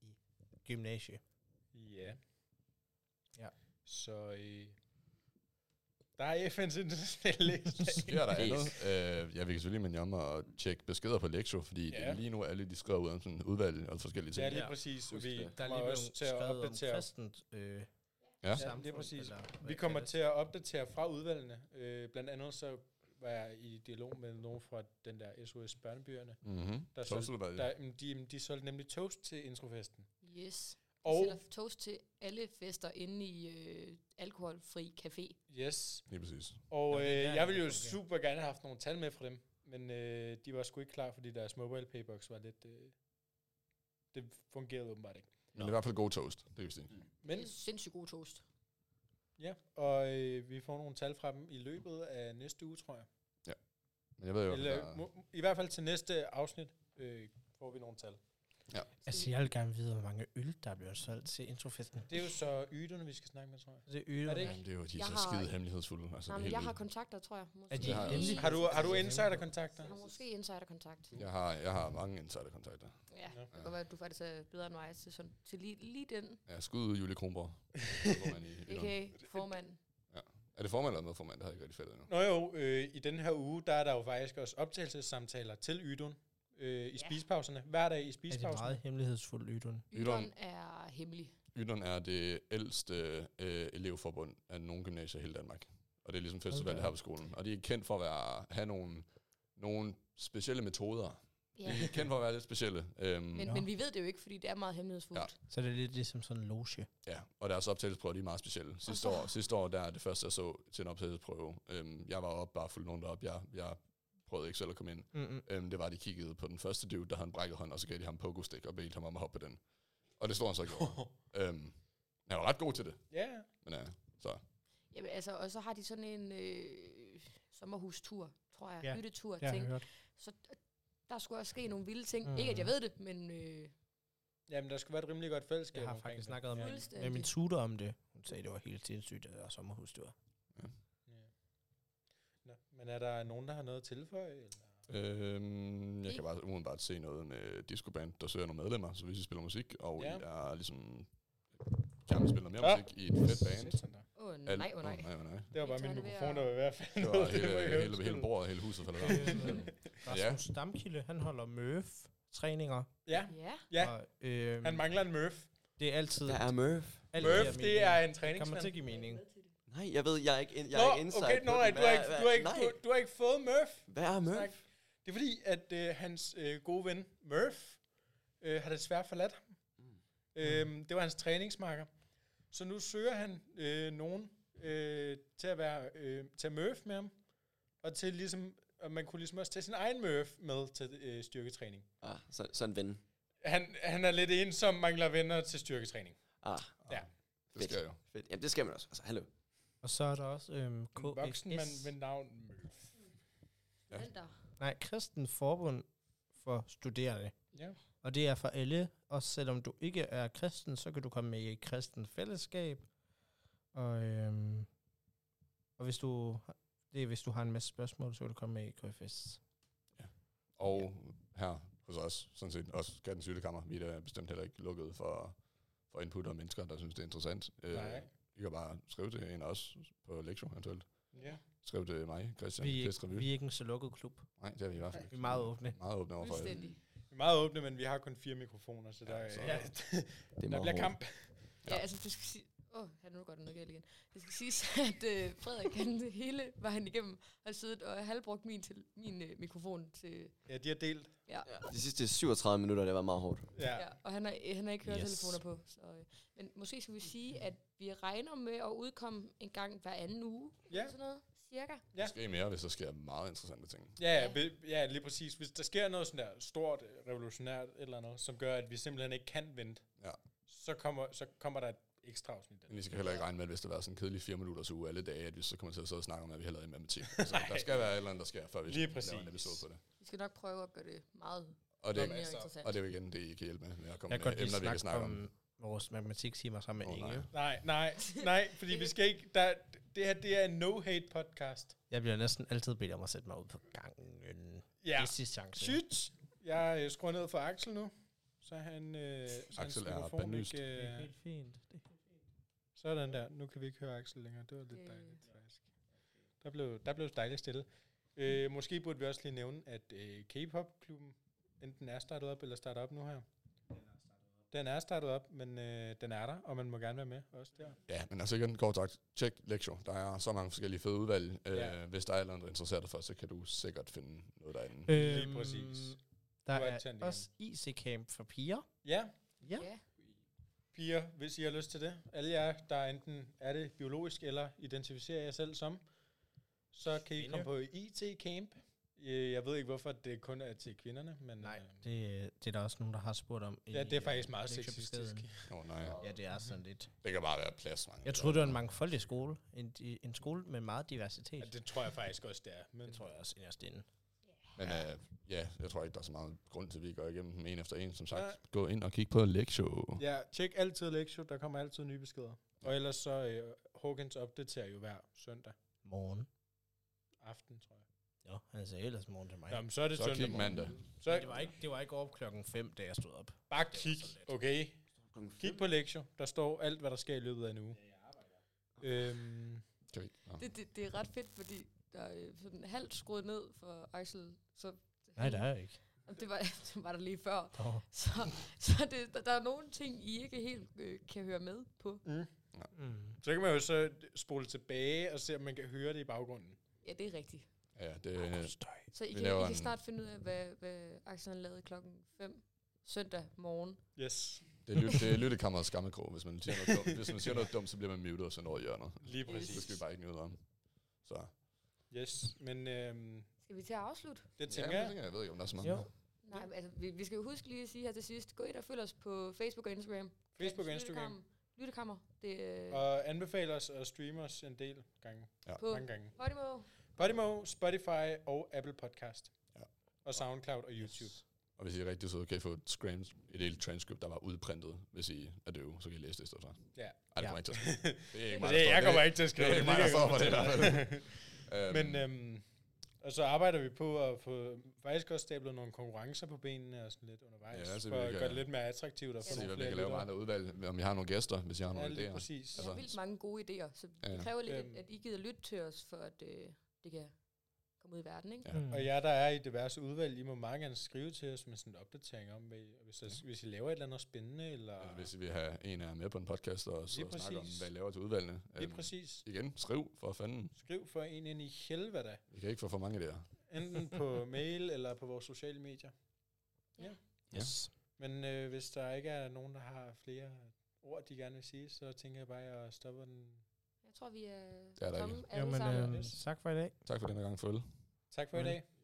Speaker 4: i gymnasiet.
Speaker 1: ja.
Speaker 4: Ja.
Speaker 1: Så øh, der er FN's internationale læsning.
Speaker 3: Sker der andet? Øh, ja, vi kan selvfølgelig minde jer om at tjekke beskeder på Lektio, fordi
Speaker 1: Ja.
Speaker 3: ja. lige nu er alle de skriver ud om sådan udvalg og forskellige ting.
Speaker 1: Ja,
Speaker 3: Ja,
Speaker 1: lige
Speaker 4: Ja.
Speaker 1: præcis.
Speaker 5: Husk
Speaker 1: Vi
Speaker 5: det.
Speaker 4: Der er
Speaker 1: kommer
Speaker 4: lige
Speaker 1: også
Speaker 4: blevet
Speaker 1: til at
Speaker 4: skrevet om
Speaker 1: opdatere
Speaker 4: kristent øh,
Speaker 3: Ja.
Speaker 1: Ja,
Speaker 4: samfund.
Speaker 1: det er præcis.
Speaker 4: eller hvad
Speaker 1: Vi
Speaker 4: kaldes
Speaker 1: kommer
Speaker 4: det?
Speaker 1: til at opdatere fra udvalgene. Øh, blandt andet så var jeg i dialog med nogen fra den der SOS Børnebyerne.
Speaker 3: Mm-hmm.
Speaker 1: Der
Speaker 3: Der
Speaker 1: er
Speaker 3: er
Speaker 1: solgt-
Speaker 3: toastudvalg.
Speaker 1: Der, mm, de, mm, de solgte nemlig toast til introfesten.
Speaker 2: Yes. Og
Speaker 1: Og,
Speaker 2: sælger toast til alle fester inde i øh, alkoholfri café.
Speaker 1: yes,
Speaker 3: Lige præcis.
Speaker 1: og
Speaker 4: Nå,
Speaker 1: øh,
Speaker 4: det er der,
Speaker 1: jeg ville jo
Speaker 4: det fungerer.
Speaker 1: super gerne have haft nogle tal med fra dem, men øh, de var sgu ikke klar, fordi deres mobile paybox var lidt... Øh, det fungerede åbenbart ikke.
Speaker 3: Men det er i hvert fald god toast, det kan vi sige.
Speaker 1: Men
Speaker 2: Det er sindssygt god toast.
Speaker 1: ja, og øh, vi får nogle tal fra dem i løbet af næste uge, tror jeg.
Speaker 3: Men jeg ved jo,
Speaker 1: Eller,
Speaker 3: der,
Speaker 1: må, I hvert fald til næste afsnit øh, får vi nogle tal.
Speaker 4: Altså, jeg vil gerne vide, hvor mange øl, der bliver solgt til introfesten.
Speaker 1: Det er jo så yderne, vi skal snakke med, tror jeg.
Speaker 4: Det er øl.
Speaker 1: Er det ikke?
Speaker 3: jamen, det er jo, de er
Speaker 2: Jeg
Speaker 3: så
Speaker 2: har-
Speaker 3: skide hemmelighedsfulde. Altså,
Speaker 2: Nej,
Speaker 3: det
Speaker 2: men
Speaker 3: er
Speaker 2: jeg
Speaker 3: helt
Speaker 2: har
Speaker 3: vildt.
Speaker 2: kontakter, tror jeg. Måske.
Speaker 4: Er de
Speaker 3: Det har jeg
Speaker 4: hemmelige?
Speaker 1: Har du, har du insiderkontakter?
Speaker 2: Jeg har måske insiderkontakter.
Speaker 3: jeg har, jeg har mange insiderkontakter.
Speaker 2: Ja, det kan godt være, at du faktisk er bedre end mig til, sådan, til lige, lige den.
Speaker 3: Ja, skud ud, Julie Kronborg. formand i- i Lund.
Speaker 2: A.k.a. formanden.
Speaker 3: er det formand eller medformand? Det har jeg ikke rigtig fattet endnu.
Speaker 1: Nå jo, øh, i den her uge, der er der jo faktisk også optagelsessamtaler til ydun øh, i spisepauserne. Hver dag i
Speaker 4: Er det
Speaker 1: spisepauserne.
Speaker 4: meget hemmelighedsfuldt, Ydun?
Speaker 3: Ydun.
Speaker 2: Ydun er hemmelig.
Speaker 3: Ytteren er det ældste øh, elevforbund af nogle gymnasier i hele Danmark. Og det er ligesom festival
Speaker 4: Okay.
Speaker 3: her på skolen. Og de er kendt for at være, have nogle, nogle specielle metoder.
Speaker 2: Ja.
Speaker 3: De er kendt for at være lidt specielle. Øhm,
Speaker 2: Men,
Speaker 4: Nå.
Speaker 2: men vi ved det jo ikke, fordi det er meget hemmelighedsfuldt. Ja.
Speaker 4: Så er det lidt ligesom sådan en loge.
Speaker 3: Ja, og deres optagelsesprøver de er meget specielle. Sidste
Speaker 2: så-
Speaker 3: år, sidste år der er det første, jeg så til en optagelsesprøve. Øhm, jeg var op, bare fuldt nogen op. Jeg, jeg prøvede ikke selv at komme ind.
Speaker 4: Mm-hmm.
Speaker 3: Øhm, det var, at de kiggede på den første dude, der havde en brækket hånd, og så gav de ham pokostik og bedte ham om at hoppe på den. Og det stod han så ikke over. øhm, han var ret god til det,
Speaker 1: Ja,
Speaker 3: men øh, ja,
Speaker 2: Jamen, altså, og så har de sådan en øh, sommerhustur, tror jeg.
Speaker 4: Ja.
Speaker 2: Ja. Hyttetur,
Speaker 4: Jeg
Speaker 2: ja, ting.
Speaker 4: har hørt.
Speaker 2: Så øh, der skulle også ske nogle vilde ting.
Speaker 4: Mhm.
Speaker 2: Mm. Ikke at jeg ved det, men øh,
Speaker 1: jamen der skulle være et rimelig godt fællesskab
Speaker 4: Jeg har
Speaker 1: omkring
Speaker 4: faktisk
Speaker 1: det.
Speaker 4: snakket om
Speaker 1: Ja.
Speaker 4: det med
Speaker 2: fuldstændig.
Speaker 4: min tutor om det. Hun sagde, det var helt sindssygt, at der var sommerhustur.
Speaker 1: Ja. Nå, men er der nogen, der har noget at tilføje? Eller?
Speaker 3: Øhm, jeg kan bare umiddelbart se noget med discoband, der søger nogle medlemmer, så hvis I spiller musik, og
Speaker 1: Ja.
Speaker 3: ja. I er ligesom gerne vil spille noget mere
Speaker 1: Ja.
Speaker 3: musik i et fedt band.
Speaker 1: Sæt sådan der.
Speaker 2: åh oh, nej, åh oh, nej.
Speaker 3: Oh, nej, oh, nej.
Speaker 1: Det var bare
Speaker 2: Jeg
Speaker 1: min
Speaker 2: tror, det er ved
Speaker 1: mikrofon,
Speaker 2: at-
Speaker 1: der var i hvert fald
Speaker 3: Det var
Speaker 1: noget.
Speaker 3: hele,
Speaker 1: må jeg
Speaker 3: hele,
Speaker 1: undskylde.
Speaker 3: hele bordet, hele huset falder
Speaker 4: Det er
Speaker 3: der.
Speaker 4: sådan- Rasmus ja. Stamkilde, han holder møf træninger.
Speaker 1: Ja,
Speaker 2: Ja,
Speaker 1: Ja.
Speaker 4: Og, øhm,
Speaker 1: han mangler en Murph.
Speaker 4: det er altid...
Speaker 5: Der er Murph.
Speaker 4: alt giver
Speaker 1: Murph,
Speaker 4: mening.
Speaker 1: det er en
Speaker 4: Kommer til
Speaker 1: træningsmand.
Speaker 4: at give mening.
Speaker 5: Nej, jeg ved, jeg er ikke, ind, jeg
Speaker 1: Nå,
Speaker 5: er ikke insight
Speaker 1: okay,
Speaker 5: på
Speaker 1: nå,
Speaker 5: den.
Speaker 1: nej, du har
Speaker 5: Hvad-
Speaker 1: ikke,
Speaker 5: hvad-
Speaker 1: du har ikke,
Speaker 5: nej,
Speaker 1: du, du har ikke fået Murph.
Speaker 5: hvad er Murph?
Speaker 1: Tak. Det er fordi, at øh, hans øh, gode ven, Murph, øh, har desværre forladt ham.
Speaker 5: Mm.
Speaker 1: Øhm, det var hans træningsmarker. Så nu søger han øh, nogen øh, til at være øh, til Murph med ham, og til ligesom, og man kunne ligesom også tage sin egen Murph med til øh, styrketræning.
Speaker 5: Ah, så, så en ven.
Speaker 1: Han, han er lidt ensom, mangler venner til styrketræning.
Speaker 5: Ah,
Speaker 3: Det sker jo.
Speaker 5: fedt. Jamen, det skal man også. Altså, hallo.
Speaker 4: Og så er der også øhm,
Speaker 1: En voksen mand
Speaker 4: KFS.
Speaker 1: med navn Murph.
Speaker 3: Ja.
Speaker 2: den der.
Speaker 4: Nej, Kristen Forbund for Studerende.
Speaker 1: Ja.
Speaker 4: Og det er for alle, og selvom du ikke er kristen, så kan du komme med i et kristen fællesskab. Og, øhm, og hvis du, det er, hvis du har en masse spørgsmål, så kan du komme med i KFS.
Speaker 3: Og her hos os, sådan set, også Gattens Hyttekammer, vi er da bestemt heller ikke lukket for, for input og mennesker, der synes, det er interessant. Øh,
Speaker 1: Nej.
Speaker 3: I kan bare skrive til en af os på Lektio, eventuelt.
Speaker 1: Ja.
Speaker 3: Skriv til mig, Christian,
Speaker 4: Vi er,
Speaker 3: Kvist
Speaker 4: ikke,
Speaker 3: Revy.
Speaker 4: vi er ikke en så lukket klub.
Speaker 3: Nej, det er vi i hvert fald
Speaker 4: Vi
Speaker 3: ikke.
Speaker 4: er meget åbne.
Speaker 3: Meget åbne overfor jer.
Speaker 2: Fuldstændig.
Speaker 1: Vi er meget åbne, men vi har kun fire mikrofoner, så der,
Speaker 3: Ja,
Speaker 1: ja,
Speaker 3: så-
Speaker 1: så, ja,
Speaker 5: Det er
Speaker 1: der bliver
Speaker 5: meget hårdt.
Speaker 1: kamp.
Speaker 2: Ja, altså det skal sige... Åh, oh, nu går den noget galt igen. Det skal siges, at øh, Frederik han hele vejen igennem har siddet og halvbrugt min, til, min øh, mikrofon til...
Speaker 1: Ja, de har delt.
Speaker 5: Ja. De sidste 37 minutter, det var meget hårdt.
Speaker 1: Ja.
Speaker 2: Ja, og han har, han har ikke hørt
Speaker 4: Yes.
Speaker 2: telefoner på. Så, øh. Men måske skal vi sige, at vi regner med at udkomme en gang hver anden uge.
Speaker 1: Ja.
Speaker 2: Sådan noget, cirka.
Speaker 1: Ja.
Speaker 3: Måske mere, hvis der sker meget interessante ting.
Speaker 1: Ja, ja, vi- ja, lige præcis. Hvis der sker noget sådan der stort, øh, revolutionært eller noget, som gør, at vi simpelthen ikke kan vente,
Speaker 3: Ja.
Speaker 1: så, kommer, så kommer der et ekstra afsnit.
Speaker 3: Men I skal heller ikke regne med, at hvis der var sådan en kedelig fire minutters uge alle dage, at vi så kommer til at sidde og snakke om, at vi heller ikke er med matematik. Altså, der skal være et eller andet, der sker, før vi
Speaker 1: Lige
Speaker 3: laver
Speaker 1: præcis.
Speaker 3: en episode på det.
Speaker 2: Vi skal nok prøve at gøre det meget
Speaker 3: Og det,
Speaker 2: mere
Speaker 1: Nå, men-
Speaker 3: er,
Speaker 1: altså,
Speaker 2: interessant.
Speaker 3: og det er jo igen det, I kan hjælpe med, med at komme
Speaker 4: Jeg kan godt
Speaker 3: med
Speaker 4: lige
Speaker 3: øh, emner, vi kan
Speaker 4: snakke
Speaker 3: snakke
Speaker 4: om,
Speaker 3: om.
Speaker 4: om vores matematiktimer sammen med
Speaker 3: Åh,
Speaker 4: oh,
Speaker 3: nej.
Speaker 4: Inge.
Speaker 1: Nej, nej, nej, fordi vi skal ikke... Der, det her, det er en no-hate podcast.
Speaker 4: Jeg bliver næsten altid bedt om at sætte mig ud på gangen.
Speaker 1: Ja.
Speaker 4: Det er sidste chance.
Speaker 1: Sygt. Jeg øh, skruer ned for Axel nu, så han... Øh, så hans
Speaker 3: Axel er
Speaker 1: mikrofon ikke,
Speaker 3: bandlyst.
Speaker 4: Det er
Speaker 1: Øh,
Speaker 4: helt fint. Det
Speaker 1: sådan der. Nu kan vi ikke høre Axel længere. Det var lidt
Speaker 2: Det-
Speaker 1: dejligt, faktisk. Der blev, der blev dejligt stille. Øh, måske burde vi også lige nævne, at øh, K-pop-klubben enten er startet op, eller starter op nu her. Den er startet op, men øh, den er der, og man må gerne være med også der.
Speaker 3: Ja, men altså igen, kort sagt, tjek lektion. Der er så mange forskellige fede udvalg.
Speaker 1: Ja.
Speaker 3: Øh, hvis der er et eller andet, der interesserer dig for, så kan du sikkert finde noget derinde.
Speaker 1: Lige præcis.
Speaker 4: Øhm, Der
Speaker 1: Nu er
Speaker 4: er
Speaker 1: altan
Speaker 4: også IC-camp for piger.
Speaker 1: Ja,
Speaker 4: Ja.
Speaker 2: Ja.
Speaker 1: piger, hvis I har lyst til det. Alle jer, der enten er det biologisk, eller identificerer jer selv som, så kan I komme
Speaker 4: Kvinder.
Speaker 1: på IT-camp. Øh, Jeg ved ikke, hvorfor det kun er til kvinderne, men...
Speaker 4: Nej,
Speaker 1: øh,
Speaker 4: det, det er der også nogen, der har spurgt om. i,
Speaker 1: Ja, det er faktisk
Speaker 4: øh,
Speaker 1: meget
Speaker 4: lektiebeskeden.
Speaker 1: sexistisk.
Speaker 3: Åh oh, nej,
Speaker 4: Ja, det er sådan lidt.
Speaker 3: det kan bare være plads. Man.
Speaker 4: Jeg troede, det var en mangfoldig skole. En, di- en skole med meget diversitet.
Speaker 1: Ja, det tror jeg faktisk også, det er. Men
Speaker 4: det tror jeg også inderst inde.
Speaker 3: øh, ja, jeg tror ikke, der er så meget grund til, at vi går igennem dem en efter en. Som sagt,
Speaker 1: Nej.
Speaker 3: gå ind og kig på Lekshow. Ja.
Speaker 1: Ja, tjek altid Lektio, der kommer altid nye beskeder. Og ellers så, øh, Hawkins opdaterer jo hver søndag
Speaker 4: Morgen.
Speaker 1: aften, tror jeg.
Speaker 4: Jo, han sagde ellers morgen til mig.
Speaker 1: Jamen, så er det
Speaker 3: Så
Speaker 1: søndag
Speaker 3: kig
Speaker 1: morgen.
Speaker 3: mandag.
Speaker 1: Så
Speaker 4: Men det, var ikke, det var ikke over klokken 5, da jeg stod op.
Speaker 1: bare
Speaker 4: var
Speaker 1: kig,
Speaker 4: sådan lidt.
Speaker 1: okay?
Speaker 5: Klokken
Speaker 1: Kig
Speaker 5: fem?
Speaker 1: på Lektio, der står alt, hvad der sker i løbet af en uge. Øhm,
Speaker 3: Kan vi ikke? Nå.
Speaker 2: Det, det, det er ret fedt, fordi der er øh, sådan halvt skruet ned for Axel. Så
Speaker 4: er ikke.
Speaker 2: Jamen, Det var, det var der lige før.
Speaker 4: Oh.
Speaker 2: Så, så det, der, der er nogle ting, I ikke helt øh, kan høre med på.
Speaker 1: mm.
Speaker 4: Mm.
Speaker 1: Så kan man jo så spole tilbage og se, om man kan høre det i baggrunden.
Speaker 2: Ja, det er rigtigt.
Speaker 3: Ja, det,
Speaker 2: Så I
Speaker 3: Vi
Speaker 2: kan,
Speaker 3: laver
Speaker 2: I kan
Speaker 3: en-
Speaker 2: snart finde ud af, hvad, hvad Axel han lavede klokken 5 søndag morgen.
Speaker 1: Yes,
Speaker 3: det, er lyt, det er lyttekammerets skammekrog. Hvis man siger noget dumt, hvis man siger noget dumt så bliver man muted og sådan over i hjørnet.
Speaker 1: lige
Speaker 3: Det
Speaker 1: præcis.
Speaker 3: skal vi bare ikke nyde om. Så,
Speaker 1: Yes, men øhm,
Speaker 2: Skal vi til at afslutte?
Speaker 1: det
Speaker 3: ja,
Speaker 1: tænker
Speaker 3: jeg,
Speaker 1: jeg.
Speaker 3: tænker, jeg ved ikke, om der er så mange.
Speaker 4: Jo.
Speaker 3: mere.
Speaker 2: Nej, men altså, vi, vi skal jo huske lige at sige her til sidst, gå ind og følg os på Facebook og Instagram.
Speaker 1: Facebook og
Speaker 2: Kaldes
Speaker 1: Instagram.
Speaker 2: Lyttekammer. Lyttekammer. Det er og
Speaker 1: Og anbefale os at streame os en del gange.
Speaker 2: på
Speaker 1: Mange gange.
Speaker 2: Podimo.
Speaker 1: Podimo, Spotify og Apple Podcast.
Speaker 3: Ja.
Speaker 1: Og SoundCloud og YouTube.
Speaker 3: Og hvis I er rigtig søde, kan I få et, scrams, et helt transcript, der var udprintet. Hvis I er døve, så kan I læse det i stedet for.
Speaker 1: Ja.
Speaker 3: Ej, det
Speaker 4: Ja.
Speaker 3: kommer ikke til at ske. Det er
Speaker 1: det, jeg
Speaker 3: ikke mig, der står-
Speaker 1: kommer ikke til at skrive
Speaker 3: det er ikke mig, der
Speaker 1: kan
Speaker 3: står for
Speaker 1: jeg
Speaker 3: det
Speaker 1: godt
Speaker 3: i
Speaker 1: fortælle dig. Men, øhm, og så arbejder vi på at få faktisk også stablet nogle konkurrencer på benene og sådan lidt undervejs.
Speaker 3: Ja, så
Speaker 1: for
Speaker 3: vi
Speaker 1: at
Speaker 3: kan
Speaker 1: gøre det lidt mere attraktivt og få
Speaker 3: se,
Speaker 1: nogle
Speaker 3: hvad vi
Speaker 1: flere
Speaker 3: kan lave med
Speaker 1: lyttere.
Speaker 3: andre udvalg, om jeg har nogle gæster, hvis jeg har
Speaker 1: Ja,
Speaker 3: nogle
Speaker 1: lige
Speaker 3: idéer. Altså,
Speaker 1: præcis.
Speaker 2: Der er vildt mange gode idéer, så
Speaker 3: Ja, ja.
Speaker 2: det kræver lidt,
Speaker 1: Altså. Øhm.
Speaker 2: at, at I gider lytte til os, for at øh, det kan komme ud i verden, ikke?
Speaker 3: Ja.
Speaker 4: Mm.
Speaker 1: Og jer, der er i diverse udvalg, I må meget gerne skrive til os med sådan en opdatering om, hvad I, hvis, der, hvis I laver et eller andet spændende, eller...
Speaker 3: Eller Øh, hvis I vil have en af jer med på en podcast og så
Speaker 1: Lige
Speaker 3: snakke om,
Speaker 1: præcis.
Speaker 3: hvad I laver til udvalgene.
Speaker 1: Lige
Speaker 3: Øhm,
Speaker 1: præcis.
Speaker 3: Igen, skriv for fanden.
Speaker 1: Skriv for en ind i helvede.
Speaker 3: Vi kan ikke få for mange der.
Speaker 1: Enten på mail eller på vores sociale medier.
Speaker 4: Yes.
Speaker 1: Men øh, hvis der ikke er nogen, der har flere ord, de gerne vil sige, så tænker jeg bare, at jeg stopper den.
Speaker 2: Jeg tror, vi er,
Speaker 3: er der
Speaker 2: tomme
Speaker 3: ikke.
Speaker 2: alle sammen.
Speaker 1: øhm,
Speaker 4: tak for i dag.
Speaker 3: Tak for den her gang, følge.
Speaker 1: Tak for i
Speaker 4: Nej.
Speaker 1: dag.